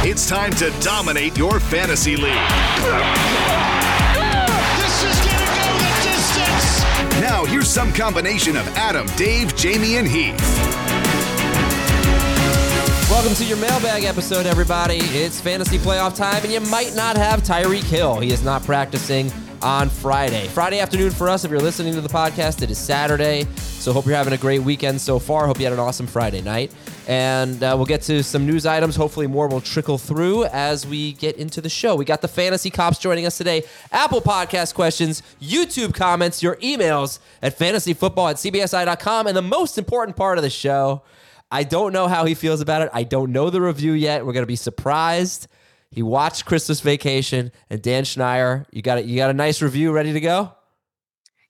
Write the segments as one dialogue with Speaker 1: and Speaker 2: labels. Speaker 1: can't.
Speaker 2: It's time to dominate your fantasy league.
Speaker 1: This is gonna go the distance.
Speaker 2: Now, here's some combination of Adam, Dave, Jamie, and Heath.
Speaker 3: Welcome to your mailbag episode, everybody. It's fantasy playoff time, and you might not have Tyreek Hill. He is not practicing on Friday. Friday afternoon for us, if you're listening to the podcast, it is Saturday. So, hope you're having a great weekend so far. Hope you had an awesome Friday night. And uh, we'll get to some news items. Hopefully, more will trickle through as we get into the show. We got the fantasy cops joining us today. Apple Podcast questions, YouTube comments, your emails at fantasyfootball at cbsi.com. And the most important part of the show, I don't know how he feels about it. I don't know the review yet. We're gonna be surprised. He watched Christmas Vacation and Dan Schneier. You got it. You got a nice review ready to go.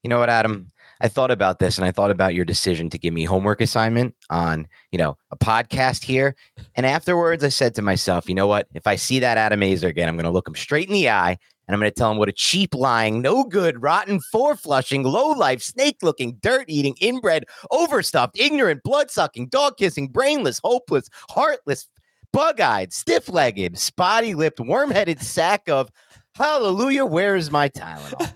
Speaker 4: You know what, Adam? I thought about this and I thought about your decision to give me homework assignment on, you know, a podcast here. And afterwards I said to myself, you know what? If I see that Adam Azer again, I'm gonna look him straight in the eye and I'm gonna tell him what a cheap lying, no good, rotten, four flushing, low life, snake looking, dirt eating, inbred, overstuffed, ignorant, blood sucking, dog kissing, brainless, hopeless, heartless, bug eyed, stiff legged, spotty lipped, worm headed sack of hallelujah, where is my Tylenol?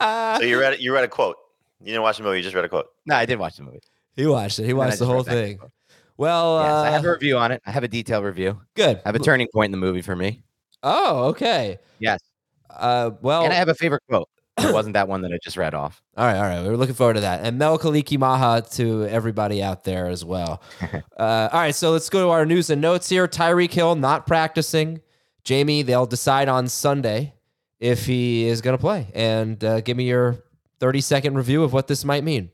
Speaker 4: Uh,
Speaker 5: So you read you read a quote. You didn't watch the movie. You just read a quote.
Speaker 4: no, I did watch the movie.
Speaker 3: He watched it. He
Speaker 4: And I
Speaker 3: watched the
Speaker 4: just wrote
Speaker 3: whole
Speaker 4: back and
Speaker 3: thing.
Speaker 4: forth.
Speaker 3: Well,
Speaker 4: Yes,
Speaker 3: uh,
Speaker 4: I have a review on it. I have a detailed review.
Speaker 3: good.
Speaker 4: I have a turning point in the movie for me.
Speaker 3: oh, okay.
Speaker 4: Yes. Oh.
Speaker 3: Uh, well,
Speaker 4: And I have a favorite quote. It wasn't that one that I just read off.
Speaker 3: All right, all right. We're looking forward to that. And Mel Kaliki Maha to everybody out there as well. uh, all right, so let's go to our news and notes here. Tyreek Hill not practicing. Jamie, they'll decide on Sunday if he is going to play. And uh, give me your 30 second review of what this might mean.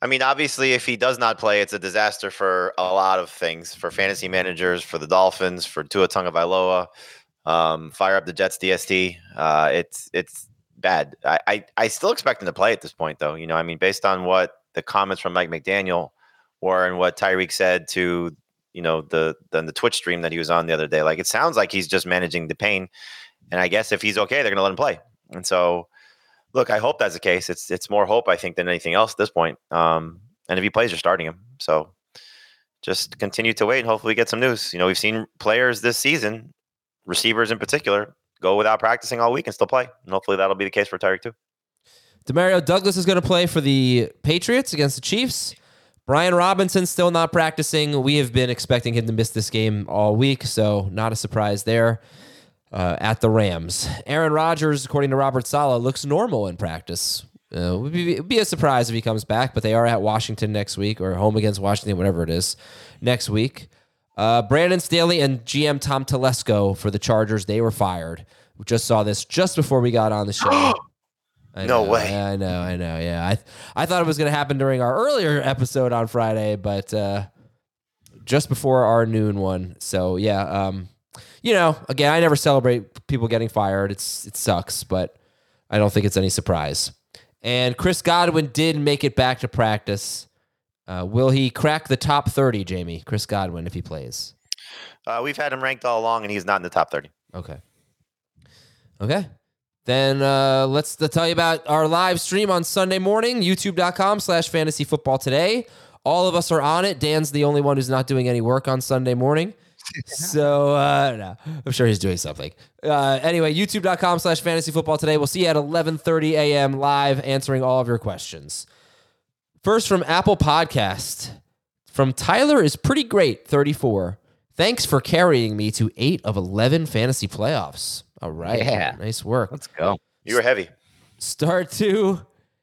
Speaker 5: I mean, obviously, if he does not play, it's a disaster for a lot of things for fantasy managers, for the Dolphins, for Tua Tungavailoa. Um, fire up the Jets DST. Uh, it's it's bad. I, I I still expect him to play at this point, though. You know, I mean, based on what the comments from Mike McDaniel were and what Tyreek said to you know the the, the Twitch stream that he was on the other day, like it sounds like he's just managing the pain. And I guess if he's okay, they're gonna let him play. And so look, I hope that's the case. It's it's more hope I think than anything else at this point. Um, and if he plays, you're starting him. So just continue to wait and hopefully get some news. You know, we've seen players this season, receivers in particular, go without practicing all week and still play. And hopefully that'll be the case for Tyreek too.
Speaker 3: Demario Douglas is going to play for the Patriots against the Chiefs. Brian Robinson still not practicing. We have been expecting him to miss this game all week, so not a surprise there. Uh, at the Rams, Aaron Rodgers, according to Robert Sala, looks normal in practice. Uh, it would be, it'd be a surprise if he comes back, but they are at Washington next week or home against Washington, whatever it is, next week. Uh, Brandon Staley and GM Tom Telesco for the Chargers, they were fired. We just saw this just before we got on the show. I
Speaker 5: No
Speaker 3: know,
Speaker 5: way.
Speaker 3: yeah, I know. I know. Yeah. I I thought it was going to happen during our earlier episode on Friday, but uh, just before our noon one. So yeah. Um, you know, again, I never celebrate people getting fired. It's it sucks, but I don't think it's any surprise. And Chris Godwin did make it back to practice. Uh, will he crack the top 30, Jamie? Chris Godwin, if he plays.
Speaker 5: Uh, we've had him ranked all along, and he's not in the top 30.
Speaker 3: Okay. Okay. Then uh, let's to tell you about our live stream on Sunday morning, youtube.com slash fantasy football today. All of us are on it. Dan's the only one who's not doing any work on Sunday morning. So, uh, no, I'm sure he's doing something. Uh, anyway, youtube.com slash fantasy football today. We'll see you at 11.30 a.m. live answering all of your questions. First from Apple Podcast, from Tyler is pretty great, 34. Thanks for carrying me to eight of 11 fantasy playoffs. All right.
Speaker 4: Yeah.
Speaker 3: Nice work.
Speaker 4: Let's go.
Speaker 5: You were heavy.
Speaker 3: Start two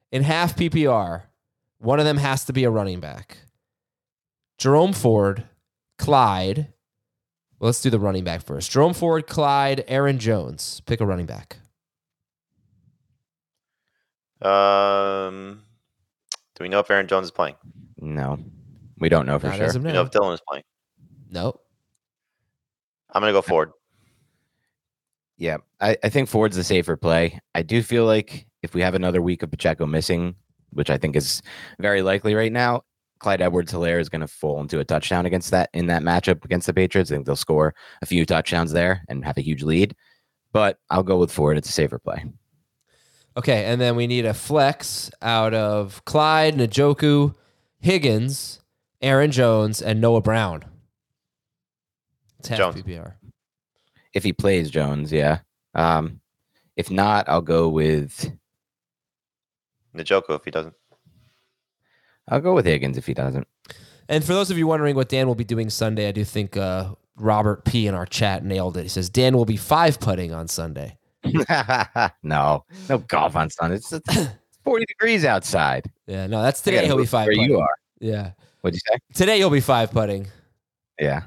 Speaker 3: in half PPR. One of them has to be a running back. Jerome Ford, Clyde. Well, let's do the running back first. Jerome Ford, Clyde, Aaron Jones. Pick a running back.
Speaker 5: Um, do we know if Aaron Jones is playing? Do
Speaker 4: No, we don't know for
Speaker 3: Not
Speaker 4: sure.
Speaker 3: as of
Speaker 5: we know
Speaker 3: now.
Speaker 5: if Dylan is playing?
Speaker 3: Nope.
Speaker 5: I'm going to go Ford.
Speaker 4: Yeah, I, I think Ford's the safer play. I do feel like if we have another week of Pacheco missing, which I think is very likely right now, Clyde Edwards Hilaire is going to fall into a touchdown against that in that matchup against the Patriots. I think they'll score a few touchdowns there and have a huge lead. But I'll go with Ford. It's a safer play.
Speaker 3: Okay, and then we need a flex out of Clyde, Najoku, Higgins, Aaron Jones, and Noah Brown. It's half
Speaker 5: Jones.
Speaker 3: PPR.
Speaker 4: If he plays Jones, yeah. Um, if not, I'll go with
Speaker 5: Njoku, if he doesn't.
Speaker 4: I'll go with Higgins if he doesn't.
Speaker 3: And for those of you wondering what Dan will be doing Sunday, I do think uh, Robert P in our chat nailed it. He says Dan will be five putting on Sunday.
Speaker 4: no, no golf on Sunday. It's, it's 40 degrees outside.
Speaker 3: Yeah, no, that's
Speaker 4: I
Speaker 3: today
Speaker 4: gotta
Speaker 3: he'll be
Speaker 4: move
Speaker 3: five.
Speaker 4: Where
Speaker 3: putting.
Speaker 4: you are.
Speaker 3: Yeah,
Speaker 4: What'd you say?
Speaker 3: today he'll be five putting.
Speaker 4: Yeah.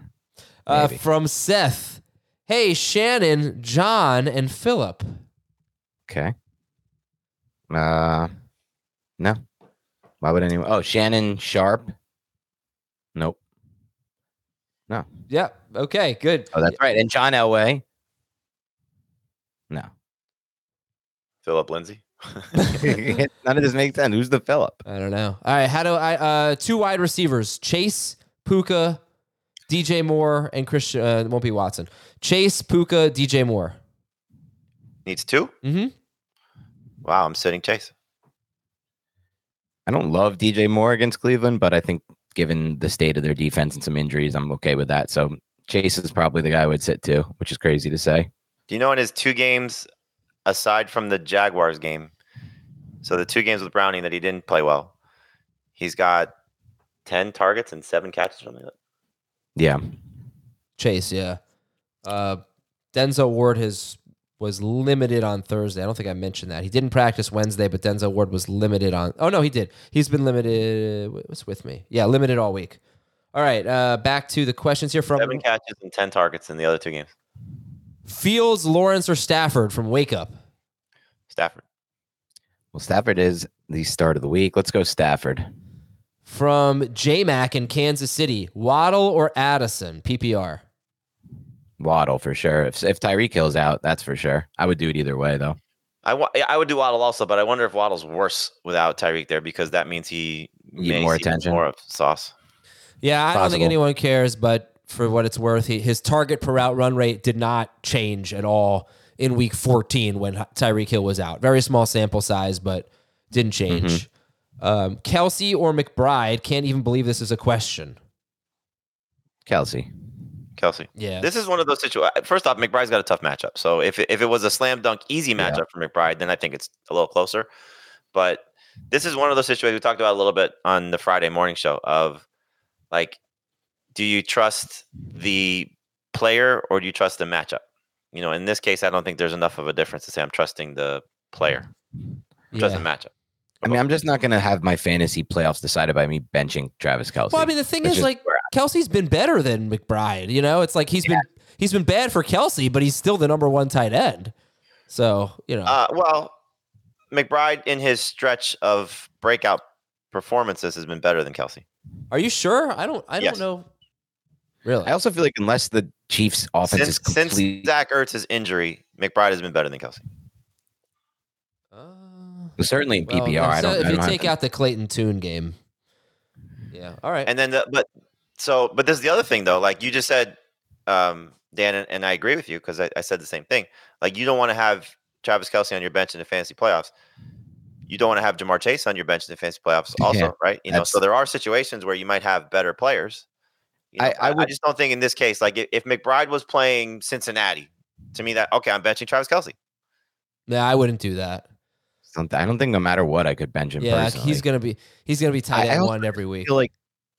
Speaker 3: Uh,
Speaker 4: Maybe.
Speaker 3: from Seth, hey Shannon, John, and Philip.
Speaker 4: Okay. Uh, no. Why would anyone? Oh, Shannon Sharp. Nope.
Speaker 3: Yep. Okay. Good.
Speaker 4: Oh, that's right. And John Elway. No.
Speaker 5: Philip Lindsay.
Speaker 4: None of this makes sense. Who's the Phillip?
Speaker 3: I don't know. All right. How do I? Uh, two wide receivers: Chase Puka, DJ Moore, and Christian. Uh, it won't be Watson. Chase Puka, DJ Moore.
Speaker 5: Needs two?
Speaker 3: Mm-hmm.
Speaker 5: Wow, I'm sitting Chase.
Speaker 4: I don't love DJ Moore against Cleveland, but I think given the state of their defense and some injuries, I'm okay with that. So Chase is probably the guy I would sit to, which is crazy to say.
Speaker 5: Do you know in his two games, aside from the Jaguars game, so the two games with Browning that he didn't play well, he's got 10 targets and seven catches from it.
Speaker 4: Yeah.
Speaker 3: Chase, yeah. Uh, Denzel Ward has was limited on Thursday. I don't think I mentioned that. He didn't practice Wednesday, but Denzel Ward was limited on. Oh no, he did. He's been limited. What's with me? Yeah, limited all week. All right, uh, back to the questions here from
Speaker 5: Seven catches and 10 targets in the other two games.
Speaker 3: Fields, Lawrence, or Stafford from Wake Up.
Speaker 5: Stafford.
Speaker 4: Well, Stafford is the start of the week. Let's go Stafford.
Speaker 3: From J Mac in Kansas City, Waddle or Addison PPR.
Speaker 4: Waddle for sure. If if Tyreek Hill's out, that's for sure. I would do it either way though.
Speaker 5: I wa- I would do Waddle also, but I wonder if Waddle's worse without Tyreek there because that means he
Speaker 4: Need
Speaker 5: may
Speaker 4: more
Speaker 5: see
Speaker 4: attention.
Speaker 5: more of sauce.
Speaker 3: Yeah, I don't think
Speaker 4: Possible.
Speaker 3: anyone cares, but for what it's worth, he, his target per route run rate did not change at all in week 14 when Hy- Tyreek Hill was out. Very small sample size, but didn't change.
Speaker 5: Mm-hmm.
Speaker 3: Um, Kelsey or McBride can't even believe this is a question.
Speaker 4: Kelsey.
Speaker 5: Kelsey.
Speaker 3: Yeah.
Speaker 5: This is one of those situations. First off, McBride's got a tough matchup. So if it, if it was a slam dunk easy
Speaker 4: Yeah.
Speaker 5: matchup for McBride, then I think it's a little closer. But this is one of those situations we talked about a little bit on the Friday morning show of like, do you trust the player or do you trust the matchup? You know, in this case, I don't think there's enough of a difference to say I'm trusting the player. I'm
Speaker 3: Yeah.
Speaker 5: trusting the matchup.
Speaker 4: I mean, I'm just not gonna have my fantasy playoffs decided by me benching Travis Kelsey.
Speaker 3: Well, I mean, the thing
Speaker 4: Which
Speaker 3: is,
Speaker 4: is
Speaker 3: like, Kelsey's been better than McBride. You know, it's like he's been he's been bad for Kelsey, but he's still the number one tight end. So you know,
Speaker 5: Uh, well, McBride in his stretch of breakout performances has been better than Kelsey.
Speaker 3: are you sure? I don't. I don't
Speaker 5: yes.
Speaker 3: know. Really?
Speaker 4: I also feel like unless the Chiefs' offense
Speaker 5: Since,
Speaker 4: is
Speaker 5: since
Speaker 4: complete,
Speaker 5: Zach Ertz's injury, McBride has been better than Kelsey.
Speaker 3: Uh,
Speaker 4: certainly in PPR. I
Speaker 3: so
Speaker 4: don't,
Speaker 3: uh, if
Speaker 4: I
Speaker 3: you
Speaker 4: don't
Speaker 3: take
Speaker 4: have,
Speaker 3: out the Clayton Toon game. Yeah. All right.
Speaker 5: And then, the, but so, but there's the other thing though. Like you just said, um, Dan, and, and I agree with you because I, I said the same thing. Like you don't want to have Travis Kelsey on your bench in the fantasy playoffs. You don't want to have Jamar Chase on your bench in the fantasy playoffs, also,
Speaker 4: Yeah,
Speaker 5: right? You know, so
Speaker 4: that's-
Speaker 5: there are situations where you might have better players. You know,
Speaker 4: I- I would-
Speaker 5: just don't think in this case, like if, if McBride was playing Cincinnati, to me that okay, I'm benching Travis Kelsey.
Speaker 3: No, I wouldn't do that.
Speaker 4: something. I don't think no matter what I could bench him.
Speaker 3: Yeah,
Speaker 4: personally.
Speaker 3: he's gonna be he's gonna be tight
Speaker 4: I- I
Speaker 3: end
Speaker 4: don't
Speaker 3: one every week.
Speaker 4: feel like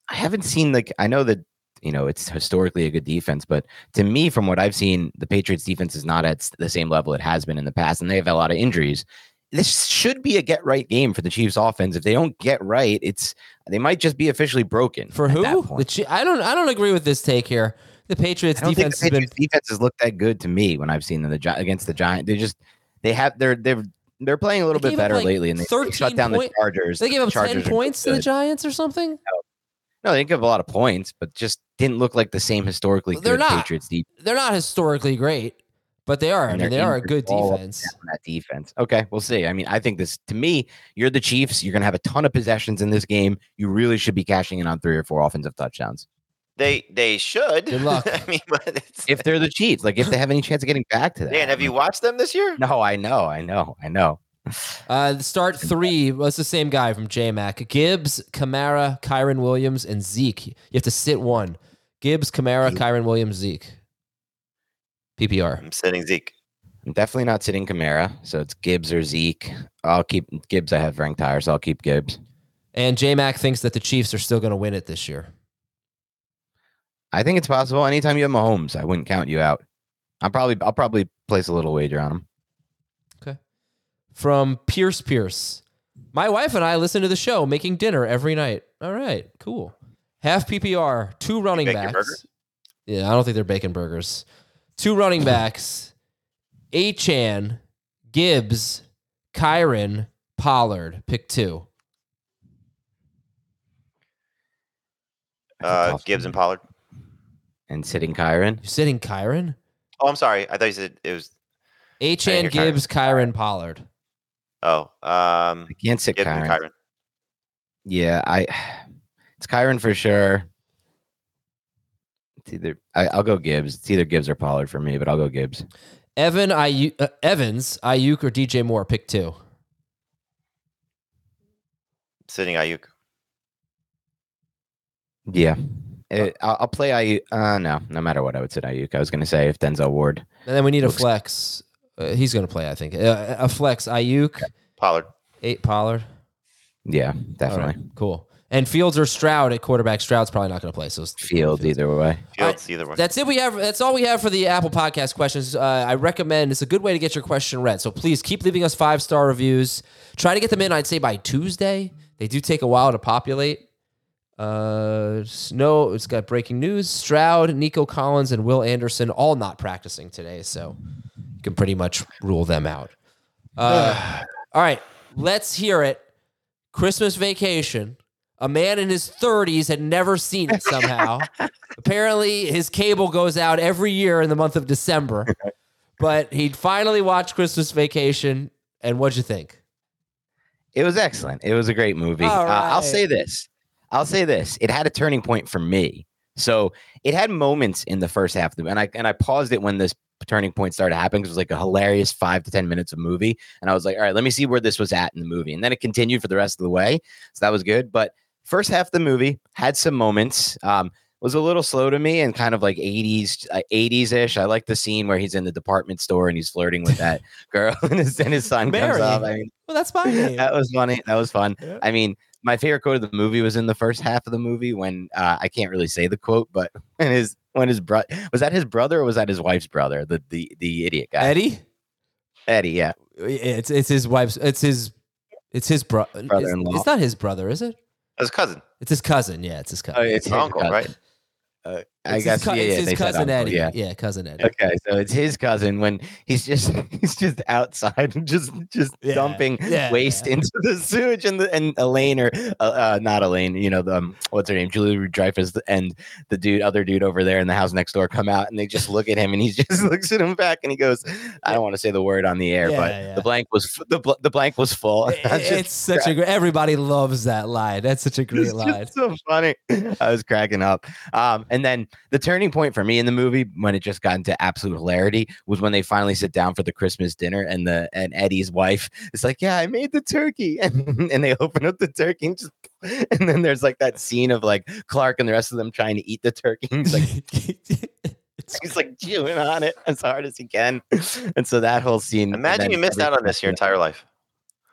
Speaker 4: I haven't seen like I know that you know it's historically a good defense, but to me, from what I've seen, the Patriots defense is not at s- the same level it has been in the past, and they have a lot of injuries. This should be a get right game for the Chiefs offense. If they don't get right, it's they might just be officially broken
Speaker 3: For
Speaker 4: at
Speaker 3: who?
Speaker 4: That
Speaker 3: The
Speaker 4: point.
Speaker 3: Chi- I don't I don't agree with this take here. The Patriots
Speaker 4: I don't
Speaker 3: defense
Speaker 4: think the
Speaker 3: has been
Speaker 4: Patriots defense has looked that good to me when I've seen them the Gi- against the Giants. They just they have they're they're they're playing a little
Speaker 3: They
Speaker 4: bit
Speaker 3: gave up,
Speaker 4: better
Speaker 3: like,
Speaker 4: lately, and they, they
Speaker 3: 13
Speaker 4: shut down
Speaker 3: point-
Speaker 4: the Chargers.
Speaker 3: they gave up
Speaker 4: Chargers are
Speaker 3: ten points to the
Speaker 4: good.
Speaker 3: Giants or something.
Speaker 4: No, they give up a lot of points, but just didn't look like the same historically
Speaker 3: They're
Speaker 4: good
Speaker 3: not.
Speaker 4: Patriots defense.
Speaker 3: They're not historically great, but they are. I
Speaker 4: And
Speaker 3: mean,
Speaker 4: they're
Speaker 3: they are a
Speaker 4: injured
Speaker 3: good
Speaker 4: all up and
Speaker 3: defense.
Speaker 4: down that defense. Okay, we'll see. I mean, I think this to me, you're the Chiefs. You're going to have a ton of possessions in this game. You really should be cashing in on three or four offensive touchdowns
Speaker 5: They they should.
Speaker 3: Good luck.
Speaker 5: I mean, but it's,
Speaker 4: if they're the Chiefs. Like if they have any chance of getting back to that.
Speaker 5: Dan, have you watched them this year?
Speaker 4: No, I know, I know, I know.
Speaker 3: Uh, the start three was the same guy from JMac. Gibbs, Kamara, Kyron Williams, and Zeke. You have to sit one. Gibbs, Kamara, Kyron Williams, Zeke. PPR.
Speaker 5: I'm sitting Zeke.
Speaker 4: I'm definitely not sitting Kamara, so it's Gibbs or Zeke. I'll keep Gibbs. I have ranked higher, so I'll keep Gibbs.
Speaker 3: And JMac thinks that the Chiefs are still going to win it this year.
Speaker 4: I think it's possible. Anytime you have Mahomes, I wouldn't count you out. I'm probably I'll probably place a little wager on him.
Speaker 3: From Pierce Pierce. My wife and I listen to the show making dinner every night. All right, cool. Half PPR, two running
Speaker 5: bake your burger?
Speaker 3: backs. Yeah, I don't think they're bacon burgers. Two running backs, Achan, Gibbs, Kyron, Pollard. Pick two.
Speaker 4: That's a
Speaker 5: Uh,
Speaker 4: tough
Speaker 5: Gibbs
Speaker 4: one.
Speaker 5: and Pollard.
Speaker 4: and sitting Kyron.
Speaker 3: You're sitting Kyron?
Speaker 5: Oh, I'm sorry. I thought you said it was.
Speaker 3: Achan,
Speaker 5: you're Kyron.
Speaker 3: Gibbs, Kyron, Pollard.
Speaker 5: Oh,
Speaker 4: I
Speaker 5: um,
Speaker 4: can't sit
Speaker 5: Gibbs and
Speaker 4: Kyron.
Speaker 5: Kyron.
Speaker 4: Yeah, I. It's Kyron for sure. It's either I, I'll go Gibbs. It's either Gibbs or Pollard for me, but I'll go Gibbs.
Speaker 3: Evan, Iu- uh, Evans, Ayuk, or DJ Moore. Pick two.
Speaker 5: Sitting Ayuk.
Speaker 4: Yeah, It- I'll, I'll play IU. Uh, no, no matter what, I would sit Ayuk. I was gonna say if Denzel Ward.
Speaker 3: And then we need a
Speaker 4: Looks-
Speaker 3: flex. Uh, he's going to play, I think. Uh, a flex, Ayuk,
Speaker 5: Pollard.
Speaker 3: eight Pollard.
Speaker 4: Yeah,
Speaker 3: All right,
Speaker 4: definitely
Speaker 3: cool. And Fields or Stroud at quarterback. Stroud's probably not going to play. So it's-
Speaker 4: Fields either way.
Speaker 5: Fields, either one.
Speaker 3: That's it. We have. That's all we have for the Apple Podcast questions. Uh, I recommend it's a good way to get your question read. So please keep leaving us five star reviews. Try to get them in. I'd say by Tuesday. They do take a while to populate. Uh, s- no, it's got breaking news. Stroud, Nico Collins, and Will Anderson all not practicing today, so you can pretty much rule them out. Uh, all right, let's hear it. Christmas vacation. A man in his 30s had never seen it somehow. Apparently, his cable goes out every year in the month of December, but he finally watched Christmas Vacation. And what'd you think?
Speaker 4: It was excellent. It was a great movie.
Speaker 3: All
Speaker 4: Uh, I'll
Speaker 3: right.
Speaker 4: say this. I'll say this. It had a turning point for me. So it had moments in the first half of the and I and I paused it when this turning point started happening 'cause it was like a hilarious five to ten minutes of movie. And I was like, all right, let me see where this was at in the movie. And then it continued for the rest of the way. So that was good. But first half of the movie had some moments. Um, was a little slow to me and kind of like 80s, uh, 80s ish. I like the scene where he's in the department store and he's flirting with that girl and his, and his son
Speaker 3: Mary.
Speaker 4: comes up. I mean,
Speaker 3: Well, that's my name.
Speaker 4: that was funny. That was fun.
Speaker 3: Yeah.
Speaker 4: I mean, my favorite quote of the movie was in the first half of the movie when uh, I can't really say the quote, but when his when his brother was that his brother or was that his wife's brother, the the the idiot guy, Eddie.
Speaker 3: Eddie.
Speaker 4: yeah,
Speaker 3: It's it's his wife's. It's his. It's his bro-
Speaker 4: Brother-in-law.
Speaker 3: It's, it's not his brother, is it?
Speaker 5: His cousin.
Speaker 3: Oh, It's his cousin. Yeah, it's his cousin.
Speaker 4: Oh, it's
Speaker 5: His uncle, right?
Speaker 4: I
Speaker 3: It's
Speaker 4: guess
Speaker 3: his, cou-
Speaker 4: yeah,
Speaker 3: it's
Speaker 4: yeah,
Speaker 3: his
Speaker 4: they said
Speaker 3: cousin
Speaker 4: uncle,
Speaker 3: Eddie.
Speaker 4: Yeah.
Speaker 3: Yeah. cousin Eddie.
Speaker 4: Okay, so it's his cousin when he's just he's just outside and just just
Speaker 3: Yeah,
Speaker 4: dumping
Speaker 3: yeah,
Speaker 4: waste
Speaker 3: yeah.
Speaker 4: into the sewage and the, and Elaine or uh, uh, not Elaine, you know, the, um, what's her name, Julie Dreyfus and the dude other dude over there in the house next door come out and they just look at him and he just looks at him back and he goes, I don't want to say the word on the air,
Speaker 3: Yeah,
Speaker 4: but
Speaker 3: yeah.
Speaker 4: the blank was f- the bl- the blank was full.
Speaker 3: I-
Speaker 4: I was just
Speaker 3: it's such a great. Everybody loves that line. That's such a great
Speaker 4: it's just
Speaker 3: line.
Speaker 4: so funny. I was cracking up. Um, and then the turning point for me in the movie when it just got into absolute hilarity was when they finally sit down for the Christmas dinner and the and Eddie's wife is like, Yeah, I made the turkey. And, and they open up the turkey and just and then there's like that scene of like Clark and the rest of them trying to eat the turkey. He's like he's like chewing on it as hard as he can. And so that whole scene. and
Speaker 5: Imagine
Speaker 4: then
Speaker 5: you missed out on this your
Speaker 4: everything-
Speaker 5: entire life.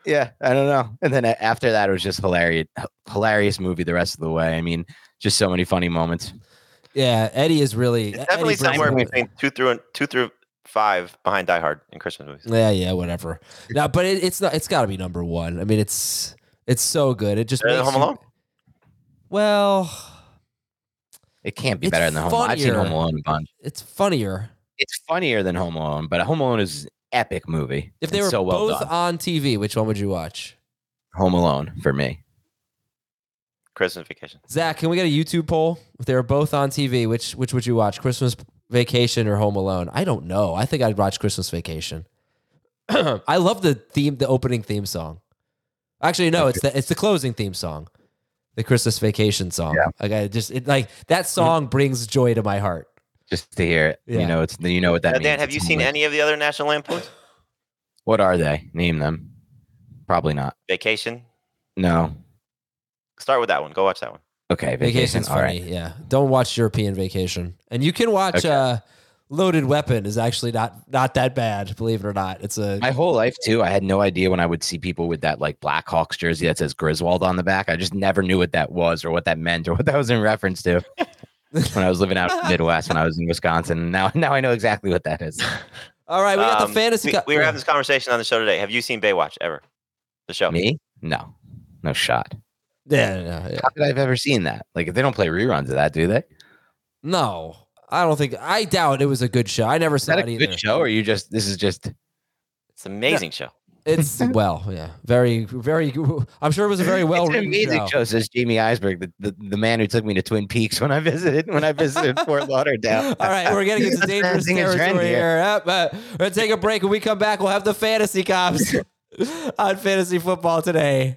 Speaker 4: yeah, I don't know. And then a- after that, it was just hilarious, h- hilarious movie the rest of the way. I mean, just so many funny moments.
Speaker 3: yeah, Eddie is really
Speaker 5: It's definitely
Speaker 3: Eddie brings
Speaker 5: somewhere
Speaker 3: the-
Speaker 5: between two through and two through five behind Die Hard and Christmas movies.
Speaker 3: Yeah, yeah, whatever. No, but it, it's not. It's got to be number one. I mean, it's it's so good. It just
Speaker 5: Better than
Speaker 3: makes
Speaker 5: Home
Speaker 3: you-
Speaker 5: Alone?
Speaker 3: Well,
Speaker 4: It can't be
Speaker 3: It's
Speaker 4: better than Home. Alone. I've seen Home
Speaker 3: funnier.
Speaker 4: Alone a bunch.
Speaker 3: it's funnier
Speaker 4: It's funnier than Home Alone, but Home Alone is an epic movie.
Speaker 3: if they
Speaker 4: It's
Speaker 3: were
Speaker 4: so well
Speaker 3: both
Speaker 4: done.
Speaker 3: on TV. Which one would you watch?
Speaker 4: Home Alone for me.
Speaker 5: Christmas Vacation.
Speaker 3: Zach, can we get a YouTube poll? If they were both on TV, which which would you watch? Christmas Vacation or Home Alone? I don't know. I think I'd watch Christmas Vacation. I love the theme, the opening theme song. Actually, no, it's the it's the closing theme song, the Christmas Vacation song. Like I just it, like that song brings joy to my heart.
Speaker 4: Just to hear it,
Speaker 3: Yeah.
Speaker 4: you know, it's you know what that
Speaker 5: Now,
Speaker 4: means.
Speaker 5: Uh, Dan, have
Speaker 4: It's
Speaker 5: you
Speaker 4: Home
Speaker 5: seen
Speaker 4: Alone.
Speaker 5: any of the other National Lampoons?
Speaker 4: What are they? Name them. Probably not.
Speaker 5: Vacation.
Speaker 4: No.
Speaker 5: Start with that one. Go watch that one.
Speaker 4: Okay. Vacation.
Speaker 3: Vacation's
Speaker 4: All
Speaker 3: funny,
Speaker 4: right.
Speaker 3: yeah. Don't watch European Vacation, and you can watch
Speaker 4: Okay.
Speaker 3: uh, Loaded Weapon is actually not not that bad, believe it or not. It's a
Speaker 4: My whole life too, I had no idea when I would see people with that like Blackhawks jersey that says Griswold on the back. I just never knew what that was or what that meant or what that was in reference to. when I was living out in the Midwest, when I was in Wisconsin, now now I know exactly what that is.
Speaker 3: all right. We got
Speaker 5: Um,
Speaker 3: the fantasy.
Speaker 5: We,
Speaker 3: co-
Speaker 5: we were
Speaker 3: yeah.
Speaker 5: having this conversation on the show today. Have you seen Baywatch ever? The show.
Speaker 4: Me? No, no shot.
Speaker 3: Yeah, yeah, yeah.
Speaker 4: How could I have ever seen that? Like, if they don't play reruns of that, do they?
Speaker 3: No, I don't think. I doubt it was a good show. I never
Speaker 4: Is
Speaker 3: saw
Speaker 4: that a
Speaker 3: it
Speaker 4: good
Speaker 3: either.
Speaker 4: show, or you just this is just
Speaker 5: It's an amazing show.
Speaker 3: It's well, yeah, very, very. I'm sure it was a very well
Speaker 4: it's an
Speaker 3: written
Speaker 4: amazing
Speaker 3: show.
Speaker 4: show. Says Jamie Eisberg, the, the the man who took me to Twin Peaks when I visited when I visited Fort Lauderdale.
Speaker 3: All right, we're getting into
Speaker 4: That's
Speaker 3: dangerous
Speaker 4: setting a trend
Speaker 3: territory
Speaker 4: here.
Speaker 3: here. Yep, uh, we're gonna take a break. When we come back, we'll have the fantasy cops on fantasy football today.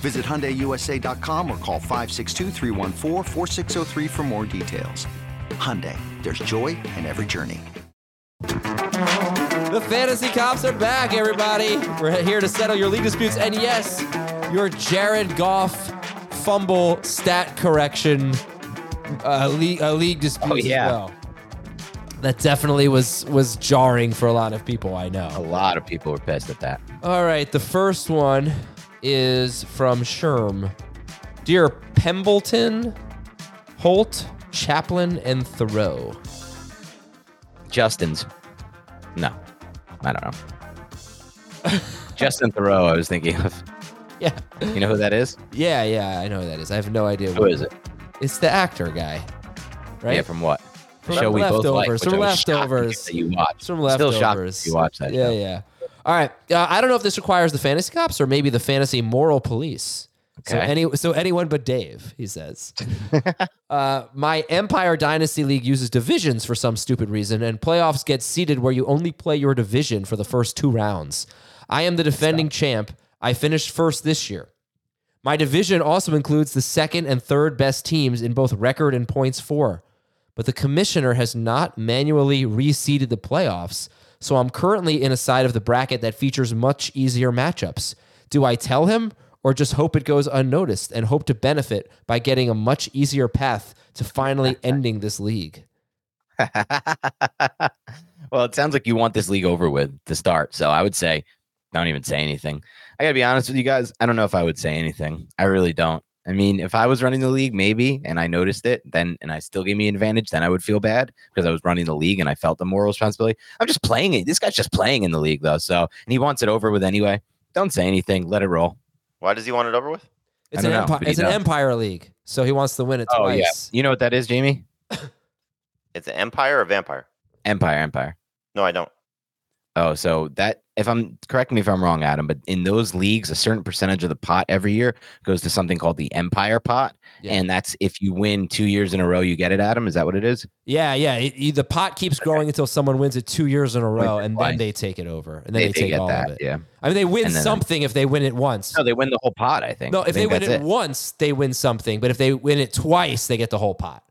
Speaker 6: Visit HyundaiUSA.com or call 562-314-4603 for more details. Hyundai, there's joy in every journey.
Speaker 3: The fantasy cops are back, everybody. We're here to settle your league disputes, and yes, your Jared Goff fumble stat correction uh, league, uh, league dispute
Speaker 4: Oh, yeah.
Speaker 3: as well. That definitely was was jarring for a lot of people. I
Speaker 4: a
Speaker 3: know.
Speaker 4: lot of people were pissed at that.
Speaker 3: All right, the first one is from Sherm. Dear Pembleton, Holt, Chaplin, and Thoreau.
Speaker 4: Justin's. No, I don't know. Justin Thoreau, I was thinking of.
Speaker 3: Yeah,
Speaker 4: You know who that is?
Speaker 3: yeah, yeah. I know who that is. I have no idea.
Speaker 4: Who is it?
Speaker 3: It's the actor guy, right?
Speaker 4: Yeah, from what? The
Speaker 3: From
Speaker 4: show we both like,
Speaker 3: Leftovers,
Speaker 4: which
Speaker 3: from
Speaker 4: I was shocked to hear
Speaker 3: Leftovers.
Speaker 4: that You watched.
Speaker 3: It's from
Speaker 4: Still
Speaker 3: leftovers.
Speaker 4: shocked that you watched that.
Speaker 3: Yeah,
Speaker 4: show.
Speaker 3: yeah. All right. Uh, I don't know if this requires the fantasy cops or maybe the fantasy moral police. So
Speaker 4: Okay.
Speaker 3: any so anyone but Dave, he says. uh, my Empire Dynasty League uses divisions for some stupid reason, and playoffs get seeded where you only play your division for the first two rounds. I am the defending champ. I finished first this year. My division also includes the second and third best teams in both record and points for, but the commissioner has not manually reseeded the playoffs, so I'm currently in a side of the bracket that features much easier matchups. Do I tell him or just hope it goes unnoticed and hope to benefit by getting a much easier path to finally ending this league?
Speaker 4: well, it sounds like you want this league over with to start. So I would say, don't even say anything. I gotta be honest with you guys. I don't know if I would say anything. I really don't. I mean, if I was running the league, maybe, and I noticed it, then and I still gave me an advantage, then I would feel bad because I was running the league and I felt the moral responsibility. I'm just playing it. This guy's just playing in the league though, so and he wants it over with anyway. Don't say anything. Let it roll.
Speaker 5: Why does he want it over with?
Speaker 3: It's
Speaker 4: I
Speaker 3: an
Speaker 4: don't know,
Speaker 3: empire,
Speaker 4: but he
Speaker 3: it's an
Speaker 4: does.
Speaker 3: empire league, so he wants to win it
Speaker 4: Oh
Speaker 3: twice.
Speaker 4: yeah. You know what that is, Jamie?
Speaker 5: It's an empire or vampire?
Speaker 4: Empire, Empire.
Speaker 5: No, I don't.
Speaker 4: Oh, so that if I'm correct me if I'm wrong, Adam, but in those leagues, a certain percentage of the pot every year goes to something called the Empire pot,
Speaker 3: Yeah.
Speaker 4: and that's if you win two years in a row, you get it. Adam, is that what it is?
Speaker 3: Yeah, yeah. It, you- the pot keeps growing until someone wins it two years in a row,
Speaker 4: it
Speaker 3: and then
Speaker 4: twice.
Speaker 3: they take it over, and then they, take all of it.
Speaker 4: Yeah.
Speaker 3: I mean, they win
Speaker 4: And then-
Speaker 3: something if they win it once.
Speaker 4: No, they win the whole pot. I think.
Speaker 3: No,
Speaker 4: I
Speaker 3: if they
Speaker 4: think
Speaker 3: win it,
Speaker 4: that's
Speaker 3: once, they win something. But if they win it twice, they get the whole pot.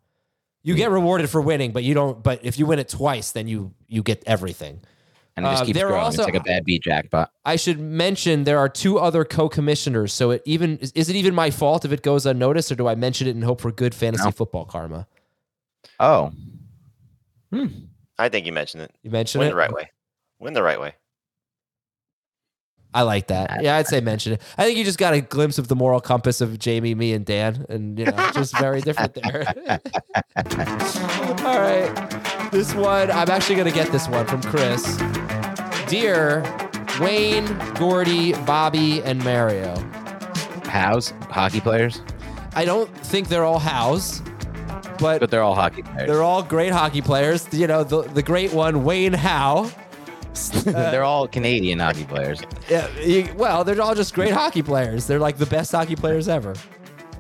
Speaker 3: You get rewarded for winning, but you don't. But if you win it twice, then you you get everything.
Speaker 4: and it just
Speaker 3: uh,
Speaker 4: keeps
Speaker 3: they're
Speaker 4: growing.
Speaker 3: also-
Speaker 4: it's like a bad beat jackpot.
Speaker 3: I should mention there are two other co-commissioners, so it even is, is it even my fault if it goes unnoticed, or do I mention it and hope for good fantasy
Speaker 4: No.
Speaker 3: football karma?
Speaker 4: Oh,
Speaker 5: I think you mentioned it.
Speaker 3: You mentioned
Speaker 5: Win
Speaker 3: it
Speaker 5: the right way. Win the right way.
Speaker 3: I like that. Yeah, I'd say mention it. I think you just got a glimpse of the moral compass of Jamie, me, and Dan, and you know, just very different there. All right, this one I'm actually gonna get this one from Chris. Dear Wayne, Gordy, Bobby, and Mario,
Speaker 4: Hows hockey players,
Speaker 3: I don't think they're all house, but
Speaker 4: but they're all hockey players.
Speaker 3: they're all great hockey players. You know, the the great one, Wayne Howe. uh,
Speaker 4: they're all Canadian hockey players.
Speaker 3: Yeah, you- well, they're all just great hockey players. They're like the best hockey players ever.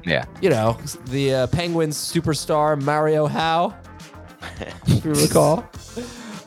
Speaker 4: Yeah.
Speaker 3: you know, the uh, Penguins superstar Mario Howe, if you recall.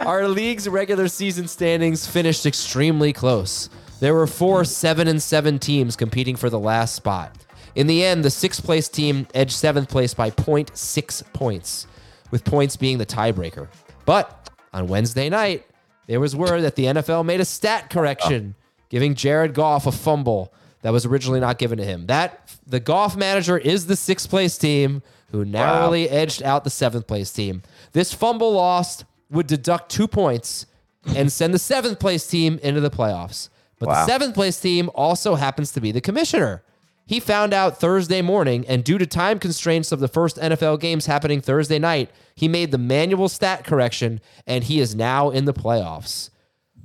Speaker 3: Our league's regular season standings finished extremely close. There were four seven and seven teams competing for the last spot. In the end, the sixth place team edged seventh place by 0.6 points, with points being the tiebreaker. But on Wednesday night, there was word that the NFL made a stat correction, giving Jared Goff a fumble that was originally not given to him. That the Goff manager is the sixth place team who narrowly edged out the seventh place team. This fumble lost would deduct two points and send the seventh place team into the playoffs. But the seventh place team also happens to be the commissioner. He found out Thursday morning, and due to time constraints of the first NFL games happening Thursday night, he made the manual stat correction, and he is now in the playoffs.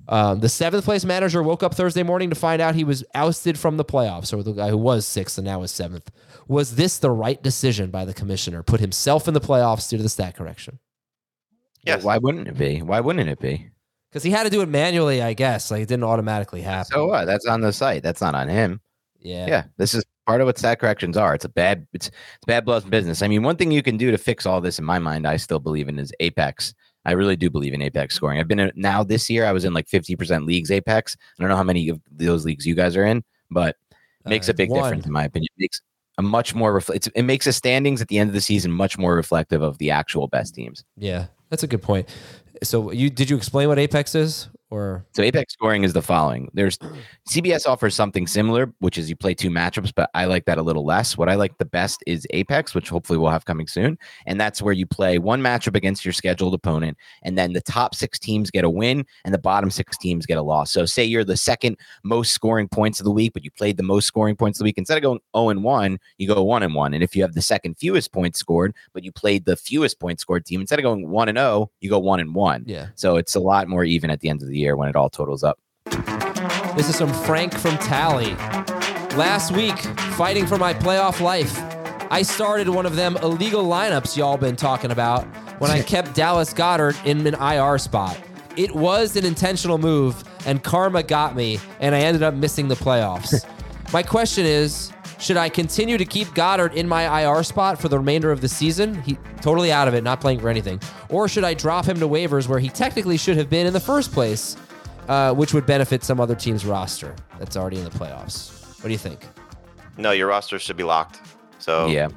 Speaker 3: Um, the seventh place manager woke up Thursday morning to find out he was ousted from the playoffs, or the guy who was sixth and now is seventh. Was this the right decision by the commissioner? Put himself in the playoffs due to the stat correction
Speaker 5: Yes.
Speaker 4: Why wouldn't it be? Why wouldn't it be?
Speaker 3: because he had to do it manually, I guess. Like it didn't automatically happen.
Speaker 4: So what? That's on the site. That's not on him.
Speaker 3: yeah,
Speaker 4: yeah this is part of what stat corrections are it's a bad it's, it's bad blood business i mean one thing you can do to fix all this in my mind i still believe in is apex i really do believe in apex scoring i've been in, now this year i was in like 50% leagues apex i don't know how many of those leagues you guys are in but it makes
Speaker 3: Uh,
Speaker 4: a big
Speaker 3: one.
Speaker 4: difference in my opinion it makes a much more refl- it's, it makes the standings at the end of the season much more reflective of the actual best teams
Speaker 3: yeah. That's a good point. So you did you explain what Apex is, or
Speaker 4: So apex scoring is the following. There's CBS offers something similar, which is you play two matchups, but I like that a little less. What I like the best is apex, which hopefully we'll have coming soon, and that's where you play one matchup against your scheduled opponent, and then the top six teams get a win, and the bottom six teams get a loss. So say you're the second most scoring points of the week, but you played the most scoring points of the week. Instead of going zero and one, you go one and one, and if you have the second fewest points scored, but you played the fewest points scored team, instead of going one and zero, you go one and one.
Speaker 3: yeah?
Speaker 4: So it's a lot more even at the end of the year when it all totals up.
Speaker 3: This is from Frank from Tally. Last week, fighting for my playoff life, I started one of them illegal lineups y'all been talking about when I kept Dallas Goddard in an IR spot. It was an intentional move, and karma got me, and I ended up missing the playoffs. my question is should I continue to keep Goddard in my IR spot for the remainder of the season? He totally out of it, not playing for anything. Or should I drop him to waivers where he technically should have been in the first place? uh, which would benefit some other team's roster that's already in the playoffs. What do you think?
Speaker 5: No, your roster should be locked. So
Speaker 4: Yeah.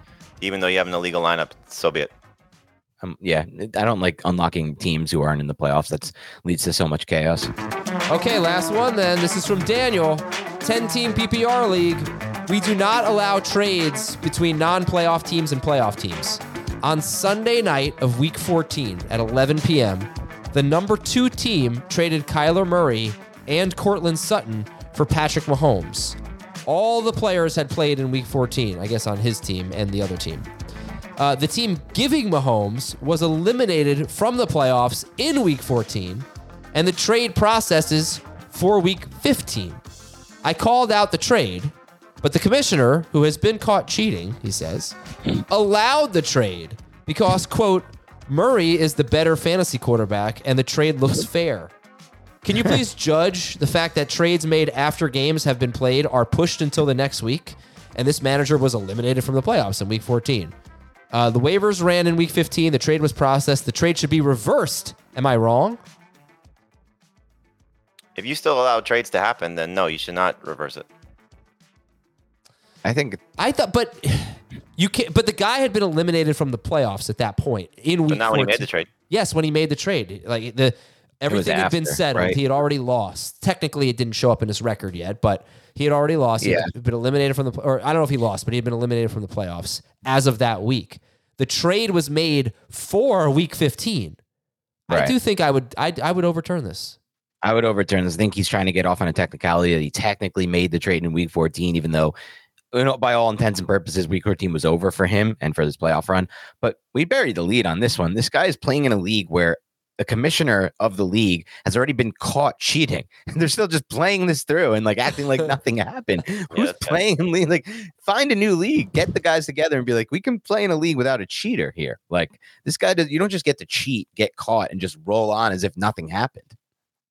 Speaker 5: even though you have an illegal lineup, so be it.
Speaker 4: Um, yeah, I don't like unlocking teams who aren't in the playoffs. That's leads to so much chaos.
Speaker 3: Okay, last one then. This is from Daniel. 10 team PPR league. We do not allow trades between non playoff teams and playoff teams. On Sunday night of week 14 at 11 p.m., the number two team traded Kyler Murray and Cortland Sutton for Patrick Mahomes. All the players had played in week 14, I guess on his team and the other team. Uh, the team giving Mahomes was eliminated from the playoffs in week 14, and the trade processes for week 15. I called out the trade, but the commissioner, who has been caught cheating, he says, allowed the trade because, quote, Murray is the better fantasy quarterback and the trade looks fair. Can you please judge the fact that trades made after games have been played are pushed until the next week? And this manager was eliminated from the playoffs in week 14. Uh, the waivers ran in week 15. The trade was processed. The trade should be reversed. Am I wrong?
Speaker 5: If you still allow trades to happen, then no, you should not reverse it.
Speaker 4: I think
Speaker 3: I thought, but you can't. But the guy had been eliminated from the playoffs at that point in week.
Speaker 5: But not when you made
Speaker 3: 14.
Speaker 5: the trade.
Speaker 3: Yes, when he made the trade, like the everything had been
Speaker 4: after,
Speaker 3: settled.
Speaker 4: right?
Speaker 3: He had already lost. Technically, it didn't show up in his record yet, but he had already lost. He
Speaker 4: Yeah.
Speaker 3: had been eliminated from the, or I don't know if he lost, but he had been eliminated from the playoffs as of that week. The trade was made for week 15. I
Speaker 4: Right.
Speaker 3: do think I would, I, I would overturn this.
Speaker 4: I would overturn this. I think he's trying to get off on a technicality that he technically made the trade in week 14, even though, you know, by all intents and purposes, week 14 was over for him and for this playoff run. But we buried the lead on this one. This guy is playing in a league where the commissioner of the league has already been caught cheating. And they're still just playing this through and like acting like nothing happened. Who's
Speaker 5: that's kinda-
Speaker 4: playing in league? Like, find a new league, get the guys together and be like, we can play in a league without a cheater here. Like, this guy does, you don't just get to cheat, get caught, and just roll on as if nothing happened.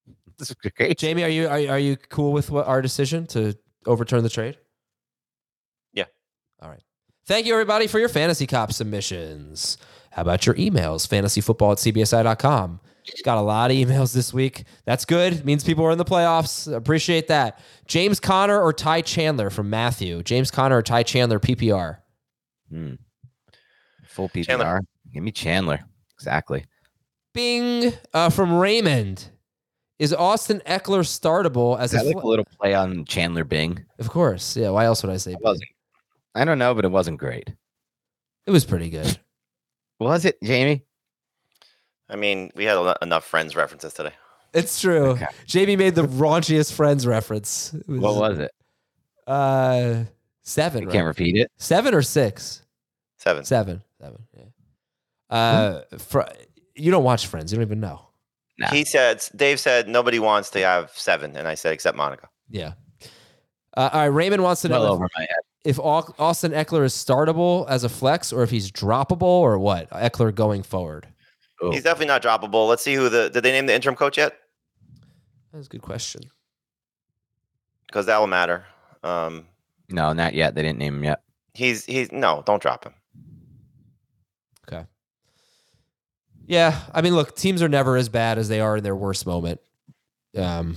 Speaker 4: This is great.
Speaker 3: Jamie, are you, are, you- are you cool with what our decision to overturn the trade?
Speaker 5: Yeah.
Speaker 3: All right. Thank you, everybody, for your fantasy cop submissions. How about your emails? Fantasyfootball at CBSI.com. Got a lot of emails this week. That's good. Means people are in the playoffs. Appreciate that. James Connor or Ty Chandler from Matthew. James Connor or Ty Chandler, PPR.
Speaker 4: Hmm. Full PPR.
Speaker 5: Chandler.
Speaker 4: Give me Chandler. Exactly.
Speaker 3: Bing uh, from Raymond. Is Austin Eckler startable as
Speaker 4: Is that
Speaker 3: a.
Speaker 4: like
Speaker 3: fl-
Speaker 4: a little play on Chandler Bing?
Speaker 3: of course. Yeah. Why else would I say
Speaker 4: It
Speaker 3: Bing?
Speaker 4: wasn't. I don't know, but it wasn't great.
Speaker 3: It was pretty good.
Speaker 4: Was it, Jamie?
Speaker 5: I mean, we had a- enough friends references today.
Speaker 3: It's true.
Speaker 4: Okay.
Speaker 3: Jamie made the raunchiest friends reference. It
Speaker 4: What was it?
Speaker 3: Uh, seven.
Speaker 4: I
Speaker 3: right?
Speaker 4: can't repeat it.
Speaker 3: Seven or six?
Speaker 5: Seven.
Speaker 3: Seven. Seven. Yeah.
Speaker 4: Hmm.
Speaker 3: Uh, fr- you don't watch Friends. You don't even know.
Speaker 4: Nah.
Speaker 5: He said, Dave said, nobody wants to have seven. And I said, except Monica.
Speaker 3: Yeah. Uh, all right. Raymond wants to know
Speaker 4: Well
Speaker 3: if-
Speaker 4: over my head.
Speaker 3: if, Au- Austin Eckler is startable as a flex or if he's droppable or what. Eckler going forward.
Speaker 4: Oh.
Speaker 5: He's definitely not droppable. Let's see who the, did they name the interim coach yet?
Speaker 3: That's a good question.
Speaker 5: Because that will matter. Um,
Speaker 4: No, not yet. They didn't name him yet.
Speaker 5: he's, he's, no, don't drop him.
Speaker 3: Okay. Yeah. I mean, look, teams are never as bad as they are in their worst moment. Um,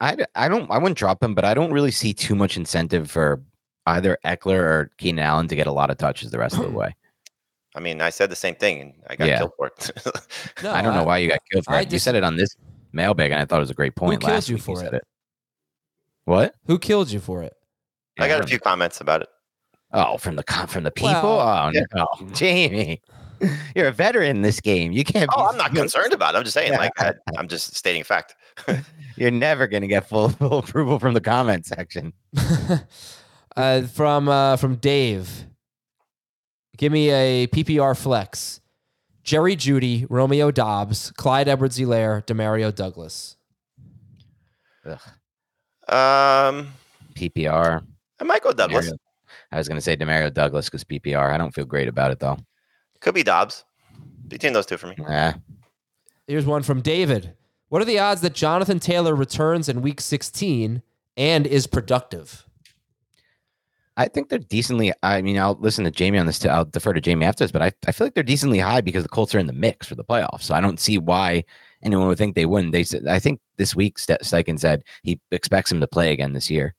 Speaker 4: I, d- I don't I wouldn't drop him, but I don't really see too much incentive for either Eckler or Keenan Allen to get a lot of touches the rest of the way.
Speaker 5: I mean, I said the same thing and I got
Speaker 4: Yeah.
Speaker 5: killed for it.
Speaker 3: no,
Speaker 4: I don't know why you got killed for
Speaker 3: I
Speaker 4: it. you
Speaker 3: just-
Speaker 4: said it on this mailbag, and I thought it was a great point.
Speaker 3: killed
Speaker 4: last
Speaker 3: you
Speaker 4: week
Speaker 3: for
Speaker 4: said
Speaker 3: it?
Speaker 4: What?
Speaker 3: Who killed you for it?
Speaker 5: I got a
Speaker 4: Yeah.
Speaker 5: few comments about it.
Speaker 4: Oh, from the con- from the people.
Speaker 3: Well-
Speaker 4: oh no, Jamie, you're a veteran in this game. You can't.
Speaker 5: Oh,
Speaker 4: be-
Speaker 5: I'm not concerned about it. I'm just saying,
Speaker 4: Yeah.
Speaker 5: like, I, I'm just stating fact.
Speaker 4: You're never gonna get full, full approval from the comment section.
Speaker 3: uh, from uh, from Dave. Give me a PPR flex. Jerry Judy, Romeo Dobbs, Clyde Edwards Elaire, Demario Douglas.
Speaker 4: Ugh,
Speaker 5: Um,
Speaker 4: PPR.
Speaker 5: I might go Douglas.
Speaker 4: Demario- I was gonna say Demario Douglas because PPR. I don't feel great about it though.
Speaker 5: Could be Dobbs. Between those two for me.
Speaker 4: Eh,
Speaker 3: Here's one from David. What are the odds that Jonathan Taylor returns in week 16 and is productive?
Speaker 4: I think they're decently. I mean, I'll listen to Jamie on this. Too. I'll defer to Jamie after this, but I, I feel like they're decently high because the Colts are in the mix for the playoffs. So I don't see why anyone would think they wouldn't. They said I think this week Ste- Steichen said he expects him to play again this year.